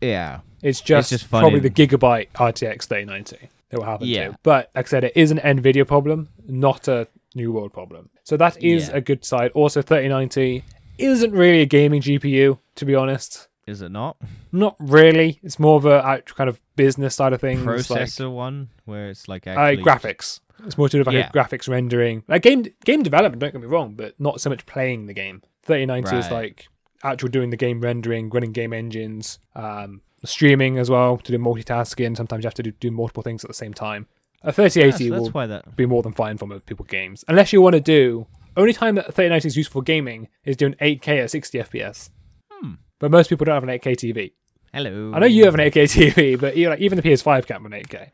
Yeah.
It's just,
just fun
probably
in-
the gigabyte RTX 3090 that will happen
Yeah.
to. But like I said, it is an NVIDIA problem, not a New World problem. So that is
Yeah.
a good side. Also, 3090 isn't really a gaming GPU, to be honest.
Is it not?
Not really. It's more of a act- kind of business side of things. like-
Processor one, where it's like
uh,
actually
graphics. It's more to do with like
Yeah.
a graphics rendering, like game game development. Don't get me wrong, but not so much playing the game. Thirty ninety is
Right.
like actual doing the game rendering, running game engines, um, streaming as well to do multitasking. Sometimes you have to do, do multiple things at the same time. A thirty
Yeah, so
eighty
that's
will
why that.
be more than fine for most people games, unless you want to do. Only time that thirty ninety is useful for gaming is doing eight K at sixty FPS.
Hmm.
But most people don't have an eight K TV.
Hello.
I know you have an eight K TV, but you know, like, even the PS five can't run eight K.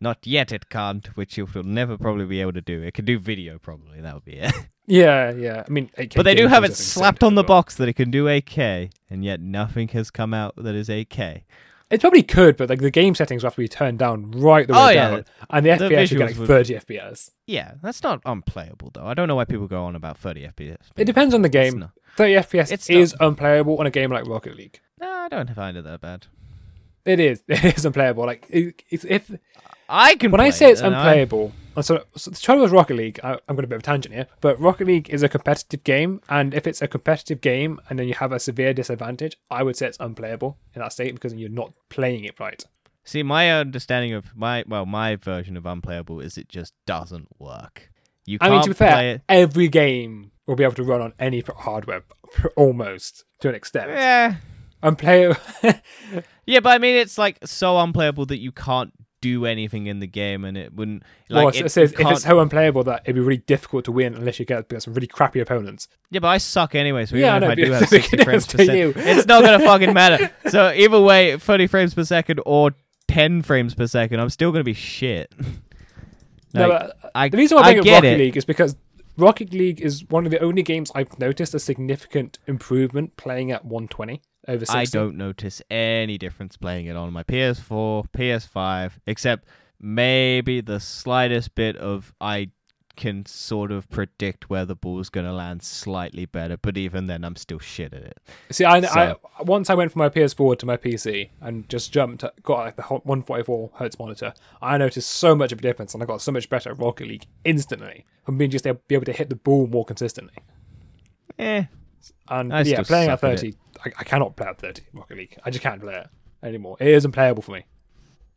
Not yet. It can't, which it will never probably be able to do. It can do video, probably. That would be
<laughs>
it.
Yeah, yeah. I mean, 8K
but they do
games
have
is, I
it
think,
slapped on the
separate,
box that it can do 8K, and yet nothing has come out that is 8K.
It probably could, but like the game settings have to be turned down right the way
Oh, yeah.
down, and the FPS should
visuals
get like
would-
thirty FPS.
Yeah, that's not unplayable though. I don't know why people go on about 30 FPS.
It depends on the
It's
game.
not-
Thirty FPS
It's
is unplayable on a game like Rocket League.
No, I don't find it that bad.
It is. <laughs> It is unplayable. Like it, if, if
I can.
when I
play
say
it,
it's
and I-
unplayable, and so, so the trouble with Rocket League, I, I'm going to a bit of a tangent here, but Rocket League is a competitive game, and if it's a competitive game and then you have a severe disadvantage, I would say it's unplayable in that state because you're not playing it right.
See, my understanding of my well, my version of unplayable is it just doesn't work. You
I
can't
mean, to be
play
fair,
it.
every game will be able to run on any pro- hardware, <laughs> p- almost to an extent.
Yeah,
Unplayable.
yeah, but I mean, it's like so unplayable that you can't do anything in the game, and it wouldn't like
well, it,
it,
says
you
if
can't-
it's so unplayable that it'd be really difficult to win unless you get against some really crappy opponents.
Yeah, but I suck anyway, so even
Yeah, I
if
know,
I do
but <laughs>
have
it's the
60 frames per
difference
second,
to you.
it's not
<laughs>
going to fucking matter. So either way, 30 frames per second or 10 frames per second, I'm still going to be shit.
No,
Like,
but uh,
I,
The reason why I
I
think of
get
Rocket
it.
League is because Rocket League is one of the only games I've noticed a significant improvement playing at 120 over 60.
I don't notice any difference playing it on my PS4, PS5, except maybe the slightest bit of I can sort of predict where the ball's going to land slightly better, but even then, I'm still shit at it.
See, I,
So-
I once I went from my PS4 to my PC and just jumped, got like the hot 144 hertz monitor. I noticed so much of a difference, and I got so much better at Rocket League instantly from being just able, be able to hit the ball more consistently.
Eh,
And
I
yeah,
still
playing at
suck at
30, I, I cannot play at 30 Rocket League. I just can't play it anymore. It isn't playable for me.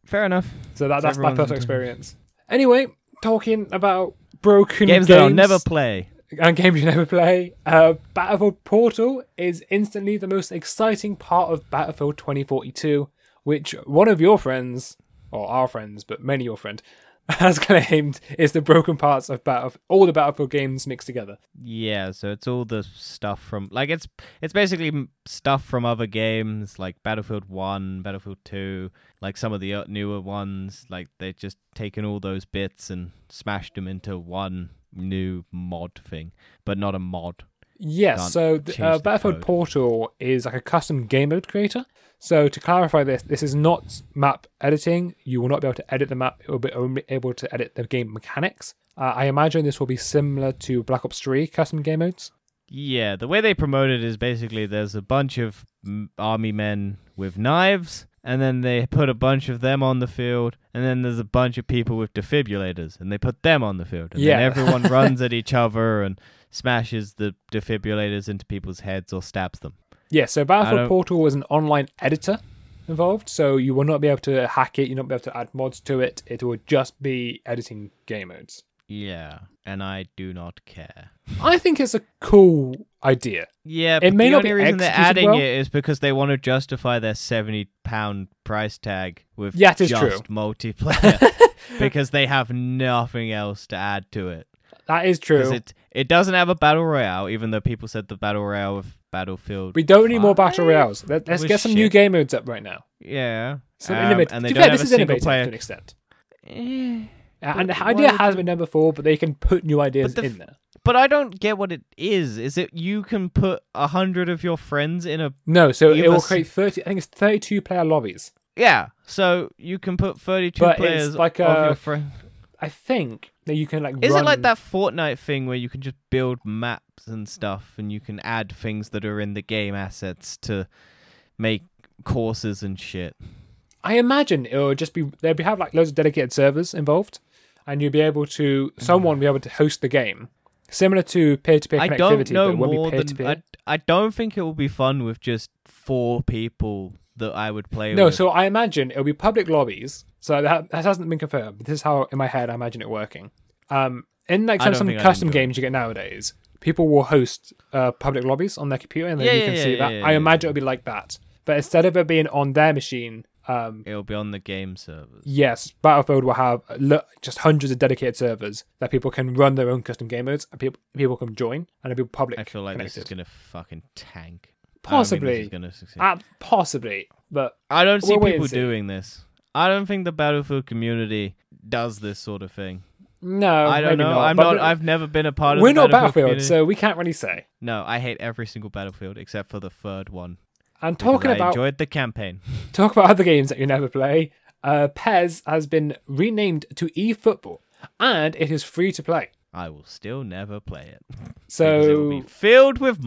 fair enough.
So that, that's my
Everyone's
personal
entitled.
experience. Anyway, talking about broken games,
Games, that I'll never play.
and games you never play, uh, Battlefield Portal is instantly the most exciting part of Battlefield 2042, which one of your friends, or our friends, but many your friend, <laughs> has claimed is the broken parts of Battle, all the Battlefield games mixed together.
Yeah, so it's all the stuff from like it's it's basically m- stuff from other games like Battlefield 1, Battlefield 2, like some of the uh, newer ones, like they've just taken all those bits and smashed them into one new mod thing, but not a mod.
Yes,
can't
so th-
change
uh,
the
Battlefield
code.
Portal is like a custom game mode creator. So to clarify this, this is not map editing. You will not be able to edit the map. You'll be only able to edit the game mechanics. Uh, I imagine this will be similar to Black Ops 3 custom game modes.
Yeah, the way they promote it is basically there's a bunch of m- army men with knives, and then they put a bunch of them on the field, and then there's a bunch of people with defibrillators, and they put them on the field, and
Yeah.
then everyone runs at each other and smashes the defibrillators into people's heads or stabs them.
Yeah, so
I
Battlefield
don't-
Portal is an online editor involved. So you will not be able to hack it. You'll not be able to add mods to it. It will just be editing game modes.
Yeah, and I do not care.
I think it's a cool idea.
Yeah,
It
but
may
the
not
only
be
reason they're
executed
adding
well.
it is because they want to justify their seventy pound price tag with
Yeah, it is
just
true. <laughs>
multiplayer because they have nothing else to add to it.
That is true.
Because it it doesn't have a battle royale, even though people said the battle royale of Battlefield.
we don't need more battle
five
royales. Let, let's
was
get some new
shit.
game modes up right now.
Yeah,
So
Um,
innovative.
and they
to be
don't
fair,
have
this
a
is innovative
single
to
player.
an extent.
Eh,
Uh, and
But
the
why
idea
would
has
you-
been done before, but they can put new ideas
the f-
in there.
But I don't get what it is. Is it you can put a hundred of your friends in a
No, so
You
it will
must-
create thirty. I think it's thirty-two player lobbies.
yeah? So you can put thirty two
But it's
players
like
of
a-
your friends.
I think that you can like.
Is it like
run-
that Fortnite thing where you can just build maps and stuff and you can add things that are in the game assets to make courses and shit?
I imagine it will just be they'll be have like loads of dedicated servers involved, and you'll be able to someone will be able to host the game, similar to peer-to-peer
I
connectivity,
don't
but
know
it won't
more
be
than
peer-to-peer.
I, I don't think it will be fun with just four people that I would play
No,
with.
so I imagine it'll be public lobbies. So that, that hasn't been confirmed, but this is how in my head I imagine it working. Um, in like
I
some,
don't
some
think I
custom
can do it.
games you get nowadays, people will host uh, public lobbies on their computer, and then
Yeah,
you
yeah,
can
yeah,
see
yeah,
that.
yeah,
I
yeah,
imagine it'll be like that, but instead of it being on their machine, um,
it'll be on the game servers.
yes, Battlefield will have lo- just hundreds of dedicated servers that people can run their own custom game modes, and people people can join, and it'll be public.
I feel like this is
connected.
gonna fucking tank. I don't think this
Possibly.
is gonna succeed.
Ah, possibly, but
I don't see
We'll wait and
people
see.
doing this. I don't think the Battlefield community does this sort of thing.
no,
I don't
Uh, maybe
know. I'm
But
not. I've never been a part of.
we're
the
not Battlefield,
community.
so we can't really say.
No, I hate every single Battlefield except for the third one.
And talking
I
about
enjoyed the campaign.
talk about other games that you never play. Uh, Pez has been renamed to eFootball, and it is free to play.
I will still never play it. because it
So
will be filled with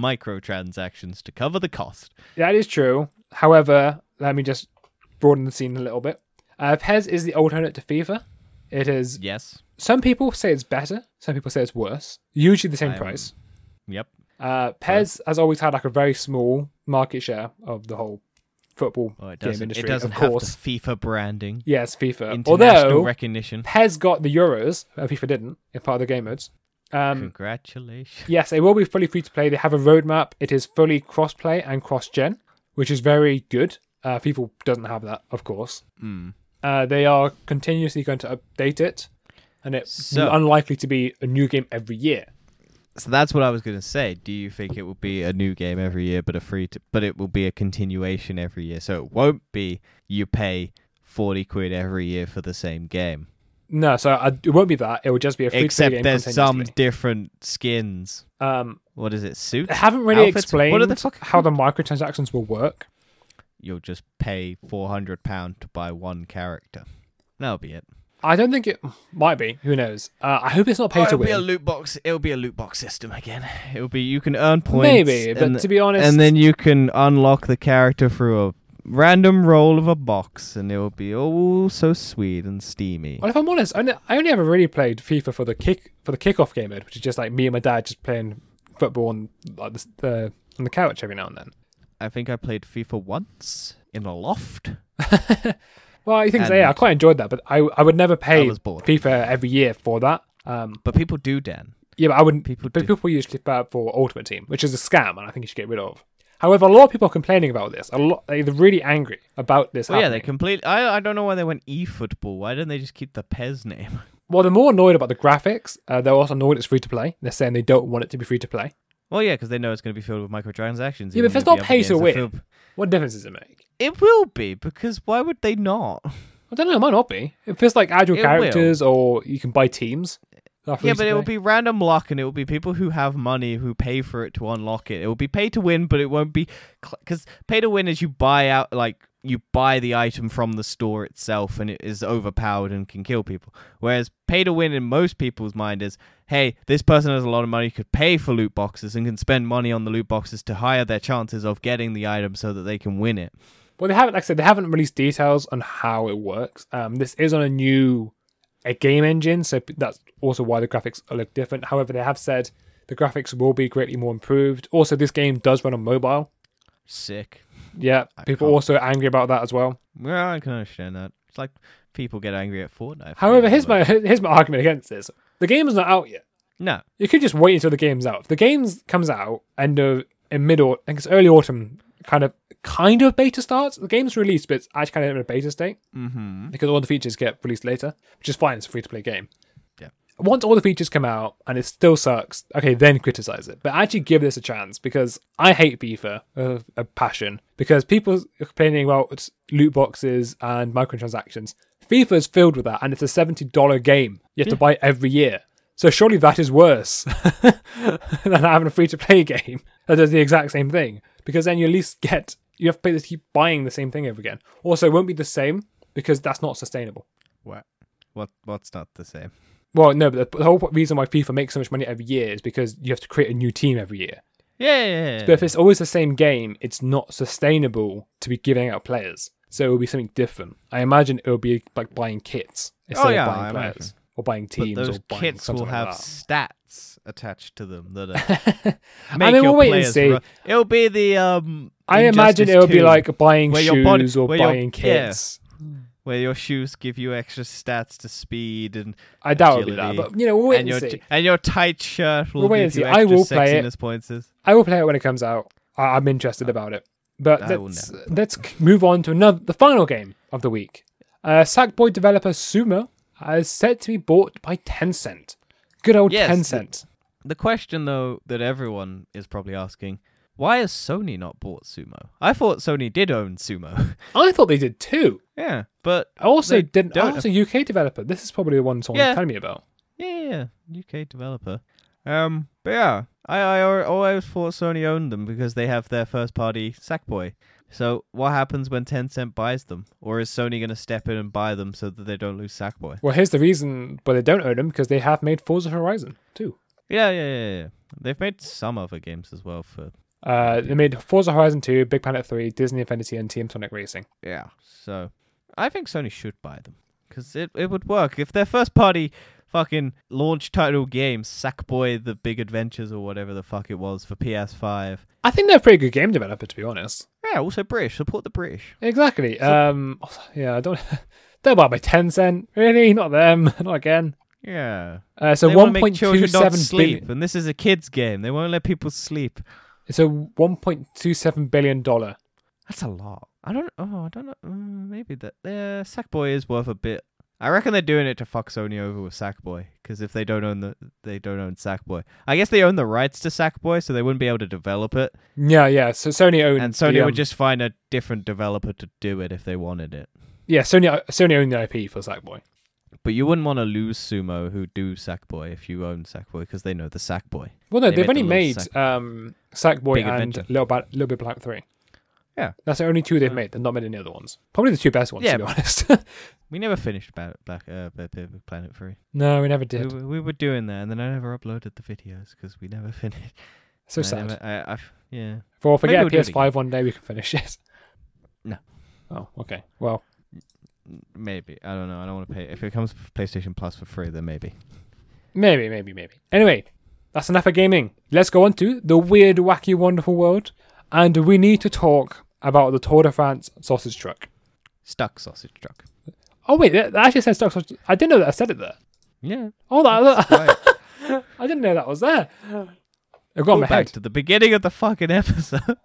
microtransactions to cover the cost.
That is true. However, let me just broaden the scene a little bit. Uh, Pez is the alternate to FIFA. It is.
Yes.
Some people say it's better. Some people say it's worse. Usually the same
I'm-
price.
Yep.
Uh, Pez has always had like a very small market share of the whole football
Well, Oh, it
game
doesn't.
industry.
It doesn't
of
have the
course,
FIFA branding.
yes, FIFA.
International
Although Hmm.
recognition.
Pez got the Euros, uh, FIFA didn't. It's part of the game modes.
Hmm.
Um,
Congratulations.
Yes, it will be fully free to play. They have a roadmap. It is fully cross play and cross gen, which is very good. Uh, people doesn't have that, of course.
Hmm.
Uh, they are continuously going to update it, and it's
So-
unlikely to be a new game every year.
So that's what I was going to say. Do you think it will be a new game every year, but a free, to, but it will be a continuation every year? So it won't be you pay forty quid every year for the same game,
No, so I, it won't be that. It will just be a free to play
except
game.
there's some
continuously.
different skins.
Um,
What is it? Suits?
they haven't really
Outfits? What are
explained
the fuck-
how the microtransactions will work.
You'll just pay four hundred pound to buy one character. That'll be it.
I don't think it might be. Who knows? Uh, I hope it's not pay to
Oh, it'll be a
win.
loot box. It'll be a loot box system again. It'll be you can earn points.
Maybe,
and-
but to be honest,
and then you can unlock the character through a random roll of a box, and it will be oh so sweet and steamy.
Well, if I'm honest, I only, I only ever really played FIFA for the kick for the kickoff game mode, which is just like me and my dad just playing football on like the, the on the couch every now and then.
I think I played FIFA once in a loft.
<laughs> Well, you think so, yeah, I
And-
quite enjoyed that, but I I would never pay
I was bored.
FIFA every year for that. Um,
But people do, Dan.
yeah, but I wouldn't.
People
but
do.
people use FIFA for Ultimate Team, which is a scam, and I think you should get rid of. However, a lot of people are complaining about this. A lot, they're really angry about this.
Well, yeah,
happening.
they completely. I I don't know why they went eFootball. Why didn't they just keep the Pez name?
Well, they're more annoyed about the graphics. Uh, they're also annoyed it's free to play. They're saying they don't want it to be free to play.
Well, yeah, because they know it's going to be filled with microtransactions.
Yeah, but
even
if it's
though
not
the other
pay to
games are
win,
filled-
what difference does it make?
it will be because why would they not? <laughs>
I don't know. It might not be. If it's like add your
It
characters, or you can buy teams. That's
Yeah,
free
but
to
it will
play.
be random luck, and it will be people who have money who pay for it to unlock it. It will be pay to win, but it won't be because pay to win is you buy out like you buy the item from the store itself, and it is overpowered and can kill people. Whereas pay to win in most people's mind is, hey, this person has a lot of money, could pay for loot boxes, and can spend money on the loot boxes to higher their chances of getting the item so that they can win it.
Well, they haven't. Like I said, they haven't released details on how it works. Um, this is on a new a game engine, so p- that's also why the graphics look different. However, they have said the graphics will be greatly more improved. Also, this game does run on mobile.
Sick.
Yeah, people
can't-
also angry about that as well.
Well, I can understand that. It's like people get angry at Fortnite. for
However,
being
here's
like-
my <laughs> here's my argument against this. The game is not out yet.
no.
You could just wait until the game's out. If the game's comes out and uh, in mid autumn, I think it's early autumn, kind of kind of beta starts. The game's released, but it's actually kind of in a beta state
Mm-hmm.
because all the features get released later, which is fine. It's a free to play game.
Yeah.
Once all the features come out and it still sucks, okay, then criticize it. But actually give this a chance because I hate FIFA of a passion because people are complaining about loot boxes and microtransactions. FIFA is filled with that and it's a $70 game you have to buy every year. So surely that is worse <laughs> than having a free to play game that does the exact same thing because then you at least get, you have to pay to keep buying the same thing over again. Also, it won't be the same because that's not sustainable.
What? What? What's not the same?
Well, no, but the, the whole po- reason why FIFA makes so much money every year is because you have to create a new team every year.
Yeah, yeah, yeah.
But if it's always the same game, it's not sustainable to be giving out players. So it will be something different. I imagine it will be like buying kits instead
Oh, yeah,
of buying
I
players
imagine.
or buying teams
but
or
those
buying
kits
something
will
like
have
that.
stats attached to
<laughs>
them that are. make
I mean,
your
we'll wait and
players
see.
ru- It'll be the um.
I imagine
Injustice
it will be
2,
like buying
where
shoes
your body-
or
where your-
buying
yeah.
kits.
where your shoes give you extra stats to speed and
I doubt it'll be that,
agility,
but you know, we'll wait and,
and your
see.
t- and your tight shirt will
We'll wait
give
and see.
you
I
extra
will play it.
sexiness points.
I will play it when it comes out. I- I'm interested about it. But
Uh, I will
let's, let's c- move on to another the final game of the week. Uh, Sackboy developer Sumo is set to be bought by Tencent. Good old
Yes,
Tencent.
The question though that everyone is probably asking. Why has Sony not bought Sumo? I thought Sony did own Sumo. <laughs>
I thought they did too.
yeah, but
I also
They
didn't. I
don't-
was a UK developer. This is probably the one someone
Yeah.
telling me about.
Yeah, yeah, yeah. UK developer. Um, but yeah, I, I al- always thought Sony owned them because they have their first party Sackboy. So what happens when Tencent buys them, or is Sony going to step in and buy them so that they don't lose Sackboy?
Well, here's the reason why they don't own them because they have made Forza Horizon too.
Yeah, yeah, yeah, yeah. They've made some other games as well for
Uh, they made Forza Horizon 2, Big Planet 3, Disney Infinity, and Team Sonic Racing.
Yeah. So I think Sony should buy them because it, it would work. If their first party fucking launch title game, Sackboy The Big Adventures or whatever the fuck it was for PS5.
I think they're a pretty good game developer, to be honest.
Yeah, also British. Support the British.
Exactly. um, yeah, I don't. <laughs> They're bought by Tencent, really, not them, <laughs> not again.
Yeah.
Uh, so
they wanna make children not
1.27
sleep,
billion.
and this is a kids' game. They won't let people sleep.
It's a 1.27 billion dollar.
That's a lot. I don't. Oh, I don't know. Mm, maybe that. Uh, Sackboy is worth a bit. I reckon they're doing it to fuck Sony over with Sackboy because if they don't own the, they don't own Sackboy. I guess they own the rights to Sackboy, so they wouldn't be able to develop it,
Yeah, yeah. So Sony owned.
and Sony
the, um,
would just find a different developer to do it if they wanted it.
Yeah, Sony. uh, Sony owned the IP for Sackboy.
But you wouldn't want to lose Sumo, who do Sackboy, if you own Sackboy, because they know the Sackboy.
Well, no,
They
they have
made the
only made
little
um, Sackboy
Big
and
Adventure.
Little, ba- Little Big Planet Three.
Yeah. Uh-huh.
that's the only two they've made. They've not made any other ones. Probably the two best ones, to
Yeah,
be <laughs> honest.
We never finished Ba- Black uh, Ba- Ba- Ba- Planet Three.
no, we never
We,
did.
were- we were doing that, and then I never uploaded the videos because we never <laughs> finished.
So
I
sad.
never- I, I, yeah.
Well, if I
Maybe
get a
we'll do it
PS5 one day, we can finish it.
No.
Oh, okay. Well,
Maybe I don't know. I don't want to pay. If it comes with PlayStation Plus for free, then maybe.
maybe, maybe, maybe. Anyway, that's enough of gaming. Let's go on to the weird, wacky, wonderful world. And we need to talk about the Tour de France sausage truck.
Stuck sausage truck.
Oh, wait, that, that actually says truck sausage. I didn't know that I said it there.
Yeah.
Oh, that, <laughs>
Right.
I didn't know that was there. It got
Go
in my
back
head.
to the beginning of the fucking <laughs> episode.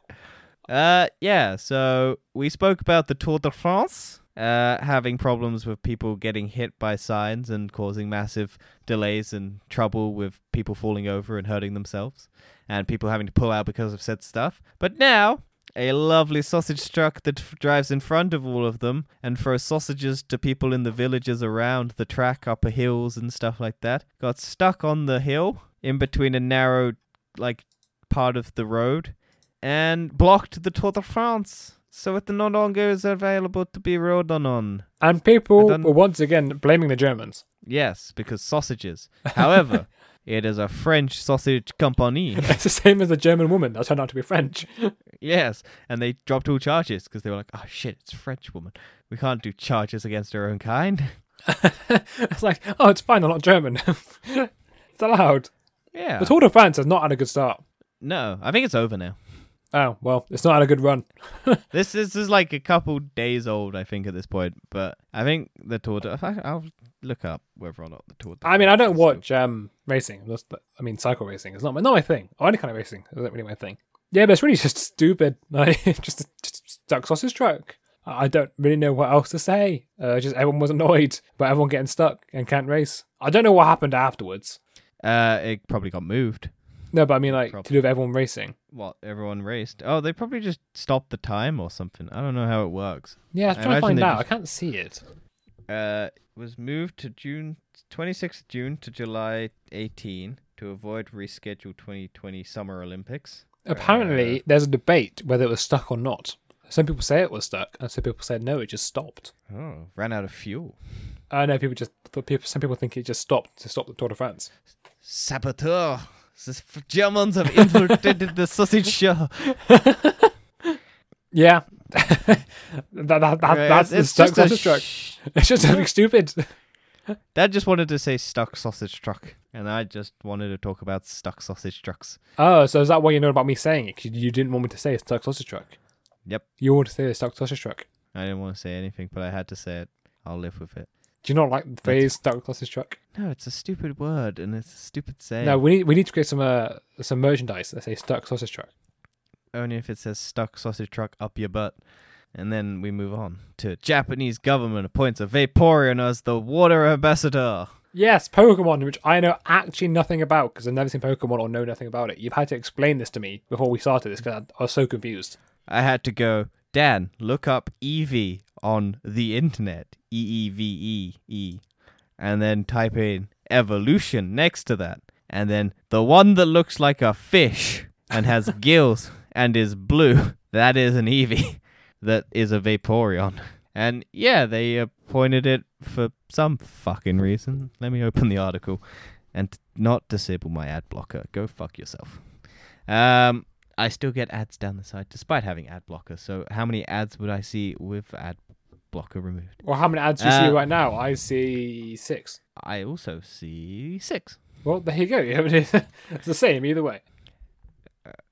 Uh, yeah. So we spoke about the Tour de France. Uh, having problems with people getting hit by signs and causing massive delays and trouble with people falling over and hurting themselves, and people having to pull out because of said stuff. But now, a lovely sausage truck that f- drives in front of all of them and throws sausages to people in the villages around the track, up hills and stuff like that, got stuck on the hill in between a narrow, like, part of the road and blocked the Tour de France. So it no longer is available to be ridden on.
And people
I don't-
were once again blaming the Germans. <laughs>
Yes, because sausages. However, it is a French sausage company.
It's the same as the German woman that turned out to be French. <laughs>
Yes, and they dropped all charges because they were like, "Oh shit, it's French woman. We can't do charges against our own kind." <laughs>
It's like, oh, it's fine, they're not German. <laughs> it's allowed.
Yeah.
The Tour de France has not had a good start.
No, I think it's over now.
Oh, well, it's not had a good run.
This this is like a couple days old, I think, at this point. But I think the Tour. De, I, I'll look up whether or not the Tour. De
I mean, I
France
don't
is
watch um, racing. I'm just- I mean, cycle racing is not my, not my thing. Or any kind of racing isn't really my thing. Yeah, but it's really just stupid. <laughs> Like, just, just stuck sausage truck. I I don't really know what else to say. Uh, just everyone was annoyed by everyone getting stuck and can't race. I don't know what happened afterwards.
over. Uh, it probably got moved.
No, but I mean, like, to
Probably.
do with everyone racing.
What everyone raced? Oh, they probably just stopped the time or something. I don't know how it works.
Yeah, I was trying
I
to
imagine
find
they
out.
just-
I can't see it.
Uh, it was moved to June 26th June to July 18 to avoid rescheduled 2020 Summer Olympics.
Apparently, there's a debate whether it was stuck or not. Some people say it was stuck, and some people said no, it just stopped.
Oh, ran out of fuel.
I know people just but people, some people think it just stopped to stop the Tour de France.
Saboteur. The f- Germans have infiltrated the sausage <laughs> show.
Yeah, <laughs> that, that, that,
Yeah,
that's the stuck
just a
sausage truck.
sh-
It's just something stupid.
Dad just wanted to say stuck sausage truck, and I just wanted to talk about stuck sausage trucks.
Oh, so is that why you know about me saying it? 'Cause you didn't want me to say stuck sausage truck.
Yep.
You want to say stuck sausage truck.
I didn't want to say anything, but I had to say it. I'll live with it.
Do you not like the phrase stuck sausage truck?
No, it's a stupid word, and it's a stupid saying.
No, we need we need to create some uh, some merchandise that say stuck sausage truck.
only if it says stuck sausage truck up your butt. And then we move on to Japanese government appoints a Vaporeon as the water ambassador.
Yes, Pokemon, which I know actually nothing about because I've never seen Pokemon or know nothing about it. You've had to explain this to me before we started this because I was so confused.
I had to go, Dan, look up EV on the internet. E E V E E. And then type in evolution next to that. and then the one that looks like a fish and has gills and is blue. That is an Eevee. <laughs> That is a Vaporeon. And yeah, they appointed it for some fucking reason. Let me open the article and not disable my ad blocker. Go fuck yourself. Um, I still get ads down the side despite having ad blocker. So how many ads would I see with ad blocker removed?
Well, how many ads do you
Uh,
see right now? I see six.
I also see six.
Well, there you go. <laughs> it's the same either way.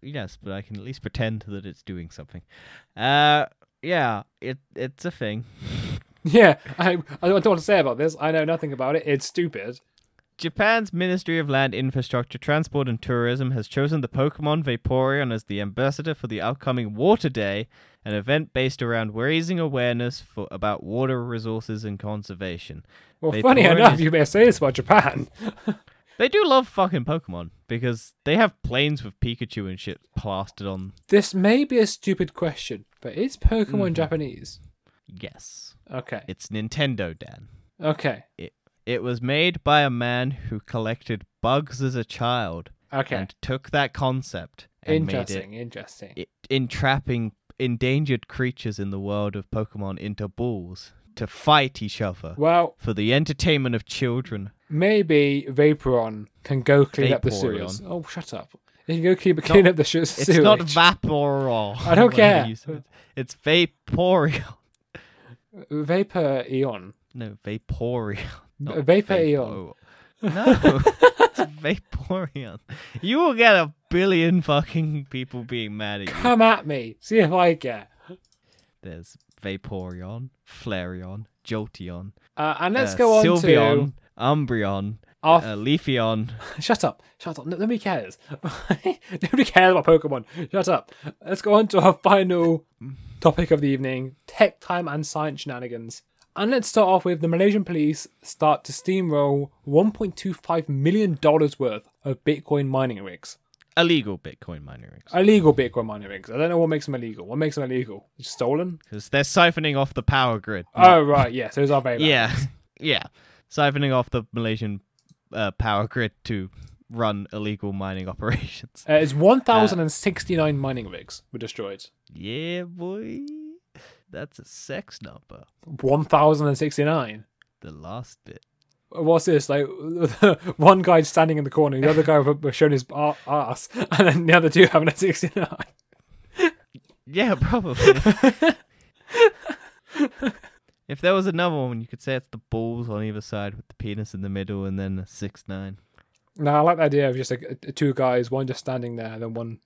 Yes, but I can at least pretend that it's doing something. Uh, yeah, it it's a thing.
Yeah, I, I don't know what to say about this. I know nothing about it. It's stupid.
Japan's Ministry of Land Infrastructure, Transport and Tourism has chosen the Pokemon Vaporeon as the ambassador for the upcoming Water Day, an event based around raising awareness for about water resources and conservation.
Well,
They
funny
pour in
enough,
it-
you may say this about Japan.
They do love fucking Pokemon because they have planes with Pikachu and shit plastered on.
This may be a stupid question, but is Pokemon
Mm-hmm.
Japanese?
Yes,
Okay.
it's Nintendo, Dan.
Okay.
It was made by a man who collected bugs as a child
Okay.
and took that concept and made it
interesting. Interesting.
it, entrapping endangered creatures in the world of Pokemon into balls to fight each other
Well,
for the entertainment of children.
maybe Vaporon can go clean up the sewers. Oh, shut up. It can go clean, clean up the sewers.
It's not Vaporeon.
I
<laughs>
don't
whatever
care.
you said. It's Vaporeon.
Vapor Eon.
No, Vaporeon. <laughs> not
Vaporeon.
Vapo- No,
<laughs>
it's Vaporeon. You will get a billion fucking people being mad at you.
Come at me. See if I get.
There's Vaporeon, Flareon, Jolteon,
Uh, and let's
uh,
go on
Sylveon,
to
Umbreon,
our
uh, Leafeon. <laughs>
Shut up. Shut up. No- Nobody cares. <laughs> Nobody cares about Pokemon. Shut up. Let's go on to our final topic of the evening tech time and science shenanigans. And let's start off with the Malaysian police start to steamroll $1.25 million worth of Bitcoin mining rigs.
illegal Bitcoin mining rigs
Illegal Bitcoin mining rigs. I don't know what makes them illegal. What makes them illegal? It's stolen?
because they're siphoning off the power grid.
Oh, right. Yes, those are very bad.
yeah, <laughs> yeah, siphoning off the Malaysian uh, power grid to run illegal mining <laughs> operations.
Uh, it's 1,069 mining rigs were destroyed.
Yeah, boy, that's a sex number.
1,069.
The last bit.
what's this? Like <laughs> one guy standing in the corner, the other guy with- with showing his ar- ass, and then the other two <laughs> having a sixty-nine.
Yeah, <laughs> probably. if there was another one, you could say it's the balls on either side with the penis in the middle, and then a six nine.
No, I like the idea of just like uh, two guys, one just standing there, and then one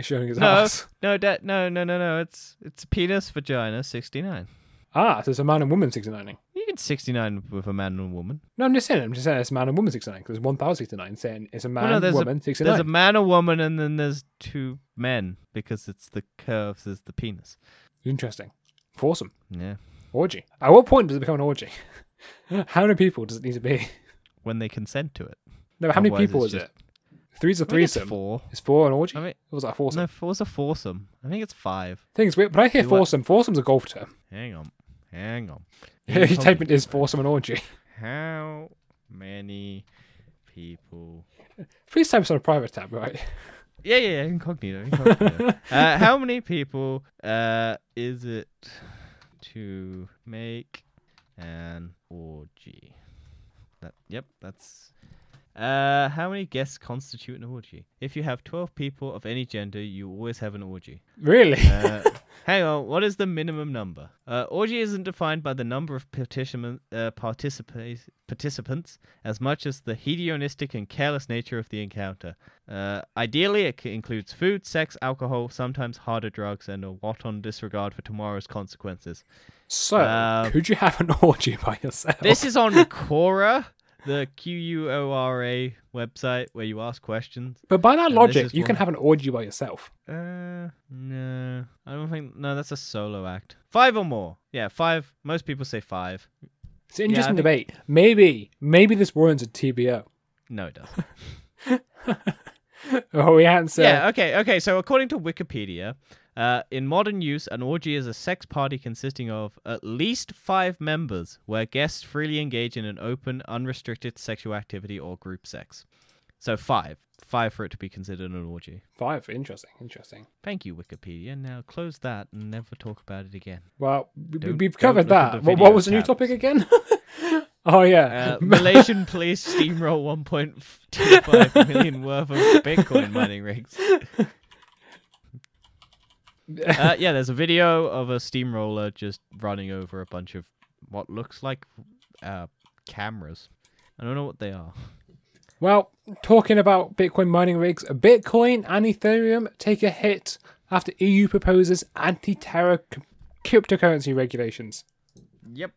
showing his
No,
ass. <laughs>
no, da- no, no, no, no. It's it's penis vagina sixty nine.
Ah, so it's a man and woman sixty-nining.
You can 69 with a man and a woman.
No, I'm just saying. I'm just saying it's a man and woman sixty-nine because there's one thousand sixty-nine saying it's a man,
Well, no, there's a-
woman
There's
sixty-nine.
a man, a woman, and then there's two men because it's the curves is the penis.
Interesting, foursome,
Yeah.
orgy. At what point does it become an orgy? <laughs> how many people does it need to be?
When they consent to it.
No, how many
Otherwise
people is
it's
it? Three's a
I think it's
threesome.
four.
It's four an orgy.
I mean,
or was that a foursome?
no, four's a foursome. I think it's five.
Things weird, but I hear
You what?
foursome. Foursome's a golf term.
Hang on. Hang on.
<laughs> Your
Hang on.
statement is foursome and orgy. <laughs>
How many people.
Please type us on a private tab, right? <laughs>
Yeah, yeah, yeah, incognito. incognito. uh, how many people uh, is it to make an orgy? That, yep, that's. Uh, how many guests constitute an orgy? If you have 12 people of any gender, you always have an orgy.
Really?
Uh, <laughs> hang on, what is the minimum number? Uh, orgy isn't defined by the number of participant, uh, participa- participants as much as the hedonistic and careless nature of the encounter. Uh, ideally, it c- includes food, sex, alcohol, sometimes harder drugs, and a wanton disregard for tomorrow's consequences.
So,
Uh,
could you have an orgy by yourself?
This is on Quora, the Q U O R A website where you ask questions.
but by that
this
logic,
is
you can
one-
have an orgy by yourself.
Uh, no. I don't think. No, that's a solo act. Five or more. Yeah, five. Most people say five.
It's an interesting
I think-
debate. Maybe, maybe this warrants a TBO.
No, it doesn't.
<laughs> Oh, the answer.
yeah, okay, okay. So, according to Wikipedia, uh, in modern use, an orgy is a sex party consisting of at least five members where guests freely engage in an open, unrestricted sexual activity or group sex. So five. Five for it to be considered an orgy.
Five. Interesting. Interesting.
Thank you, Wikipedia. Now close that and never talk about it again.
Well, we-
Don't-
we've
don't
covered
look at the
that. What,
video
what was the new
tabs.
topic again? <laughs> oh yeah. <laughs>
<laughs> Uh, Malaysian police steamroll <laughs> 1.25 million worth of Bitcoin mining <laughs> rigs. Uh, yeah, there's a video of a steamroller just running over a bunch of what looks like uh, cameras. I don't know what they are.
Well, talking about Bitcoin mining rigs, Bitcoin and Ethereum take a hit after EU proposes anti-terror c- cryptocurrency regulations.
Yep.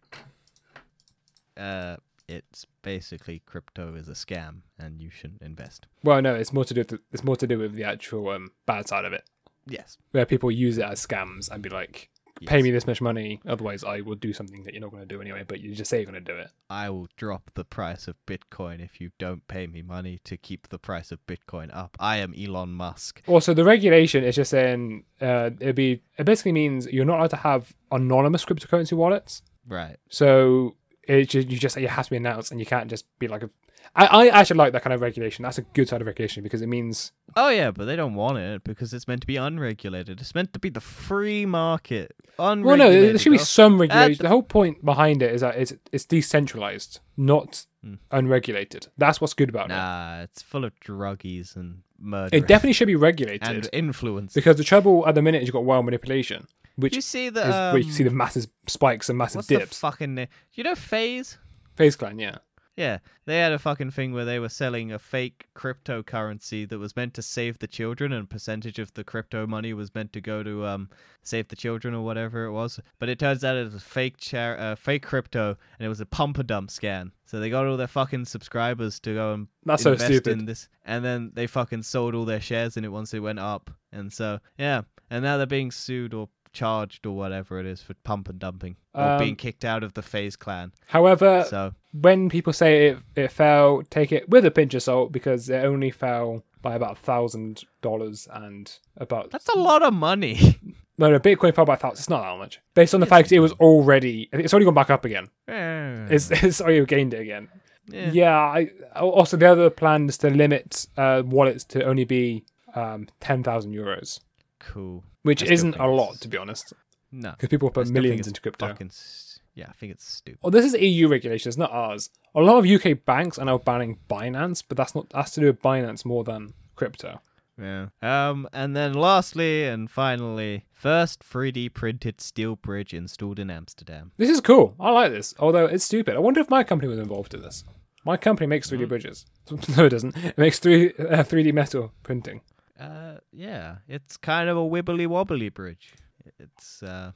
Uh, it's basically crypto is a scam and you shouldn't invest.
Well, no, it's more to do with the, it's more to do with the actual um, bad side of it,
Yes.
where people use it as scams and be like, "Pay me this much money, otherwise I will do something that you're not going to do anyway." But you just say you're going to do it.
I will drop the price of Bitcoin if you don't pay me money to keep the price of Bitcoin up. I am Elon Musk.
Also, the regulation is just saying uh, it be it basically means you're not allowed to have anonymous cryptocurrency wallets.
Right.
So it just, you just you have to be announced, and you can't just be like a. I, I actually like that kind of regulation. That's a good side of regulation because it means
Oh yeah, but they don't want it because it's meant to be unregulated. It's meant to be the free market. Unregulated.
well, no, there should be
Oh,
some regulation.
the-
The whole point behind it is that it's it's decentralized, not unregulated. That's what's good about it.
Hmm. Oh, Nah, it's full of druggies and murder
It definitely should be
and
regulated
influence.
because the trouble at the minute is you've got wild manipulation, which
you
is
see the
where you
um,
see the massive spikes and massive
what's the
dips.
fucking name? You know Phase?
Face Clan, yeah.
Yeah, they had a fucking thing where they were selling a fake cryptocurrency that was meant to save the children, and a percentage of the crypto money was meant to go to um save the children or whatever it was. But it turns out it was a fake char- uh, fake crypto, and it was a pump and dump scan. So they got all their fucking subscribers to go and
That's so
invest
stupid.
in this, and then they fucking sold all their shares in it once it went up. And so yeah, and now they're being sued or charged or whatever it is for pump and dumping or
Um, uh,
being kicked out of the Phase clan.
However,
So.
when people say it, it fell, take it with a pinch of salt because it only fell by about thousand dollars and about
That's a lot of money. <laughs>
no, no, Bitcoin fell by thousands. It's not that much based on the fact it was already it's already gone back up again. It's <laughs> it's already gained it again.
Eh, Yeah.
Yeah. I also the other plan is to limit uh, wallets to only be um, ten thousand euros,
cool.
which
I still
isn't
think
a
it's-
lot to be honest,
No.
because people
I
put
still think
millions
it's
into crypto.
fucking s- yeah, I think it's stupid.
Well, Oh, this is EU regulation, it's not ours. A lot of UK banks are now banning Binance, but that's not that's to do with Binance more than crypto.
Yeah. Um, and then lastly and finally, first 3D printed steel bridge installed in Amsterdam.
This is cool. I like this. Although it's stupid. I wonder if my company was involved in this. My company makes 3D bridges. <laughs> no, it doesn't. It makes three uh, 3D metal printing.
Uh, yeah, it's kind of a wibbly wobbly bridge. It's uh,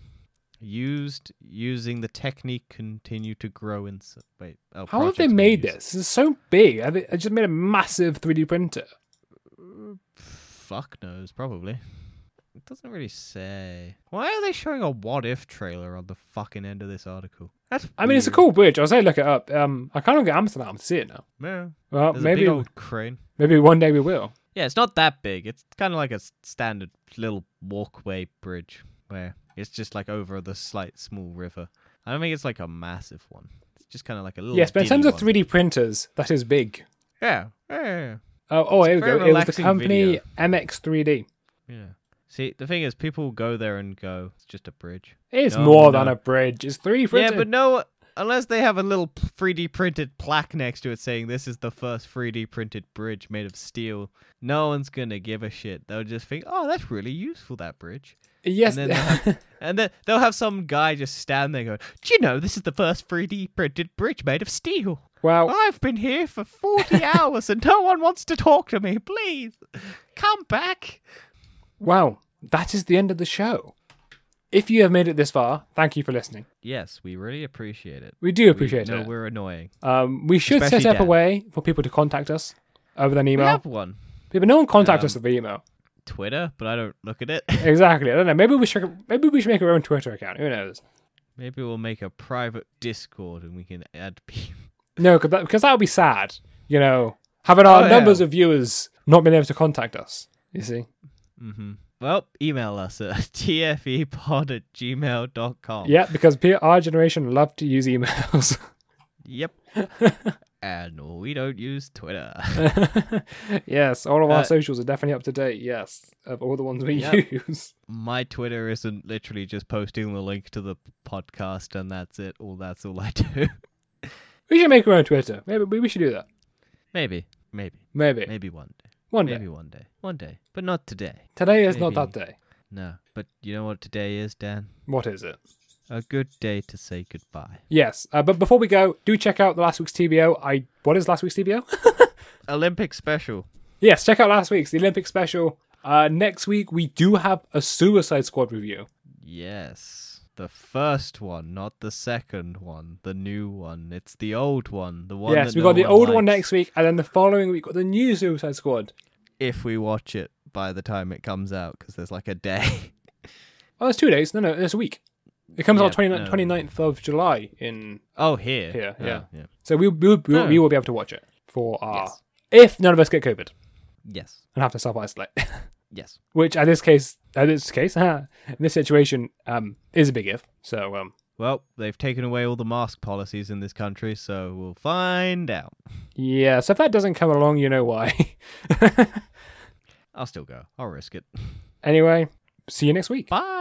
used using the technique continue to grow in. s- Wait, oh,
How have they
projects being
made
used.
this? This is so big. Have they, I just made a massive 3D printer.
Fuck knows, probably. It doesn't really say. Why are they showing a what if trailer on the fucking end of this article? That's
I mean, it's a
weird.
cool bridge. I was say look it up. Um, I kind of get Amsterdam to see it now.
Yeah.
Well,
There's a
maybe
big old crane.
maybe one day we will.
Yeah, it's not that big. It's kind of like a s- standard little walkway bridge where it's just like over the slight small river. I don't think it's like a massive one. It's just kind of like a little.
Yes, but in
ditty
terms of
one.
3D printers, that is big.
Yeah. Yeah. yeah,
Oh, oh, here we
very
go. It was the
relaxing
company
video.
MX3D.
Yeah. Yeah. See, the thing is, people go there and go. It's just a bridge.
It's
No,
more
no.
than a bridge. It's 3D printing.
Yeah, but no, unless they have a little p- 3D printed plaque next to it saying this is the first 3D printed bridge made of steel, no one's gonna give a shit. They'll just think, oh, that's really useful that bridge,
yes.
and then
<laughs>
they'll have, and then they'll have some guy just stand there going, do you know this is the first 3D printed bridge made of steel?
well,
I've been here
<laughs>
for 40 hours and no one wants to talk to me. Please, come back.
Well, that is the end of the show. If you have made it this far, thank you for listening.
Yes, we really appreciate it.
We do appreciate
we,
it.
No, we're annoying.
um, we should
Especially
set up a
Dan.
way for people to contact us over an
We
email.
have Um, one.
But no one contacts us over email.
Twitter, but I don't look at it. <laughs>
Exactly. I don't know. Maybe we should. Maybe we should make our own Twitter account. Who knows?
Maybe we'll make a private Discord and we can add people.
No, because that because that would be sad. You know, having our
Oh, yeah.
numbers of viewers not being able to contact us. You see.
hmm Well, email us at <laughs> tfepod at gmail.com.
<laughs>
<laughs>
Yeah, because pe- our generation love to use emails.
Yep. and we don't use Twitter. <laughs>
yes, all of our
Uh,
socials are definitely up to date. Yes, of all the ones we
Yeah.
use. <laughs>
My Twitter isn't literally just posting the link to the podcast and that's it. All that's all I <laughs> do.
We should make our own Twitter. Maybe we we should do that.
maybe, maybe,
Maybe,
maybe one day.
one day.
Maybe one day. One day, but not today.
Today is not
Maybe.
that day.
No, but you know what today is, Dan?
What is it?
A good day to say goodbye.
Yes, uh, but before we go, do check out the last week's TBO. I what is last week's TBO?
Olympic special.
<laughs> yes, check out last week's the Olympic special. Uh, next week we do have a Suicide Squad review.
Yes. The first one, not the second one. The new one. It's the old one. The one.
yes,
that
we
no
got the old one
likes.
next week, and then the following week got the new Suicide Squad.
If we watch it by the time it comes out, because there's like a day. <laughs>
Oh, that's two days. No, no, it's a week. It comes out
Yeah,
29th,
no.
29th of July in
oh, here.
Here,
Oh,
yeah.
yeah.
So we we, we,
Oh.
we will be able to watch it for our
Yes.
if none of us get COVID
Yes.
and have to self isolate,
Yes.
<laughs> which at this case, at this case, <laughs> in this situation, um, is a big if. So um,
Well, they've taken away all the mask policies in this country, so we'll find out.
yeah. So if that doesn't come along, you know why. <laughs>
I'll still go. I'll risk it.
anyway, see you next week.
Bye.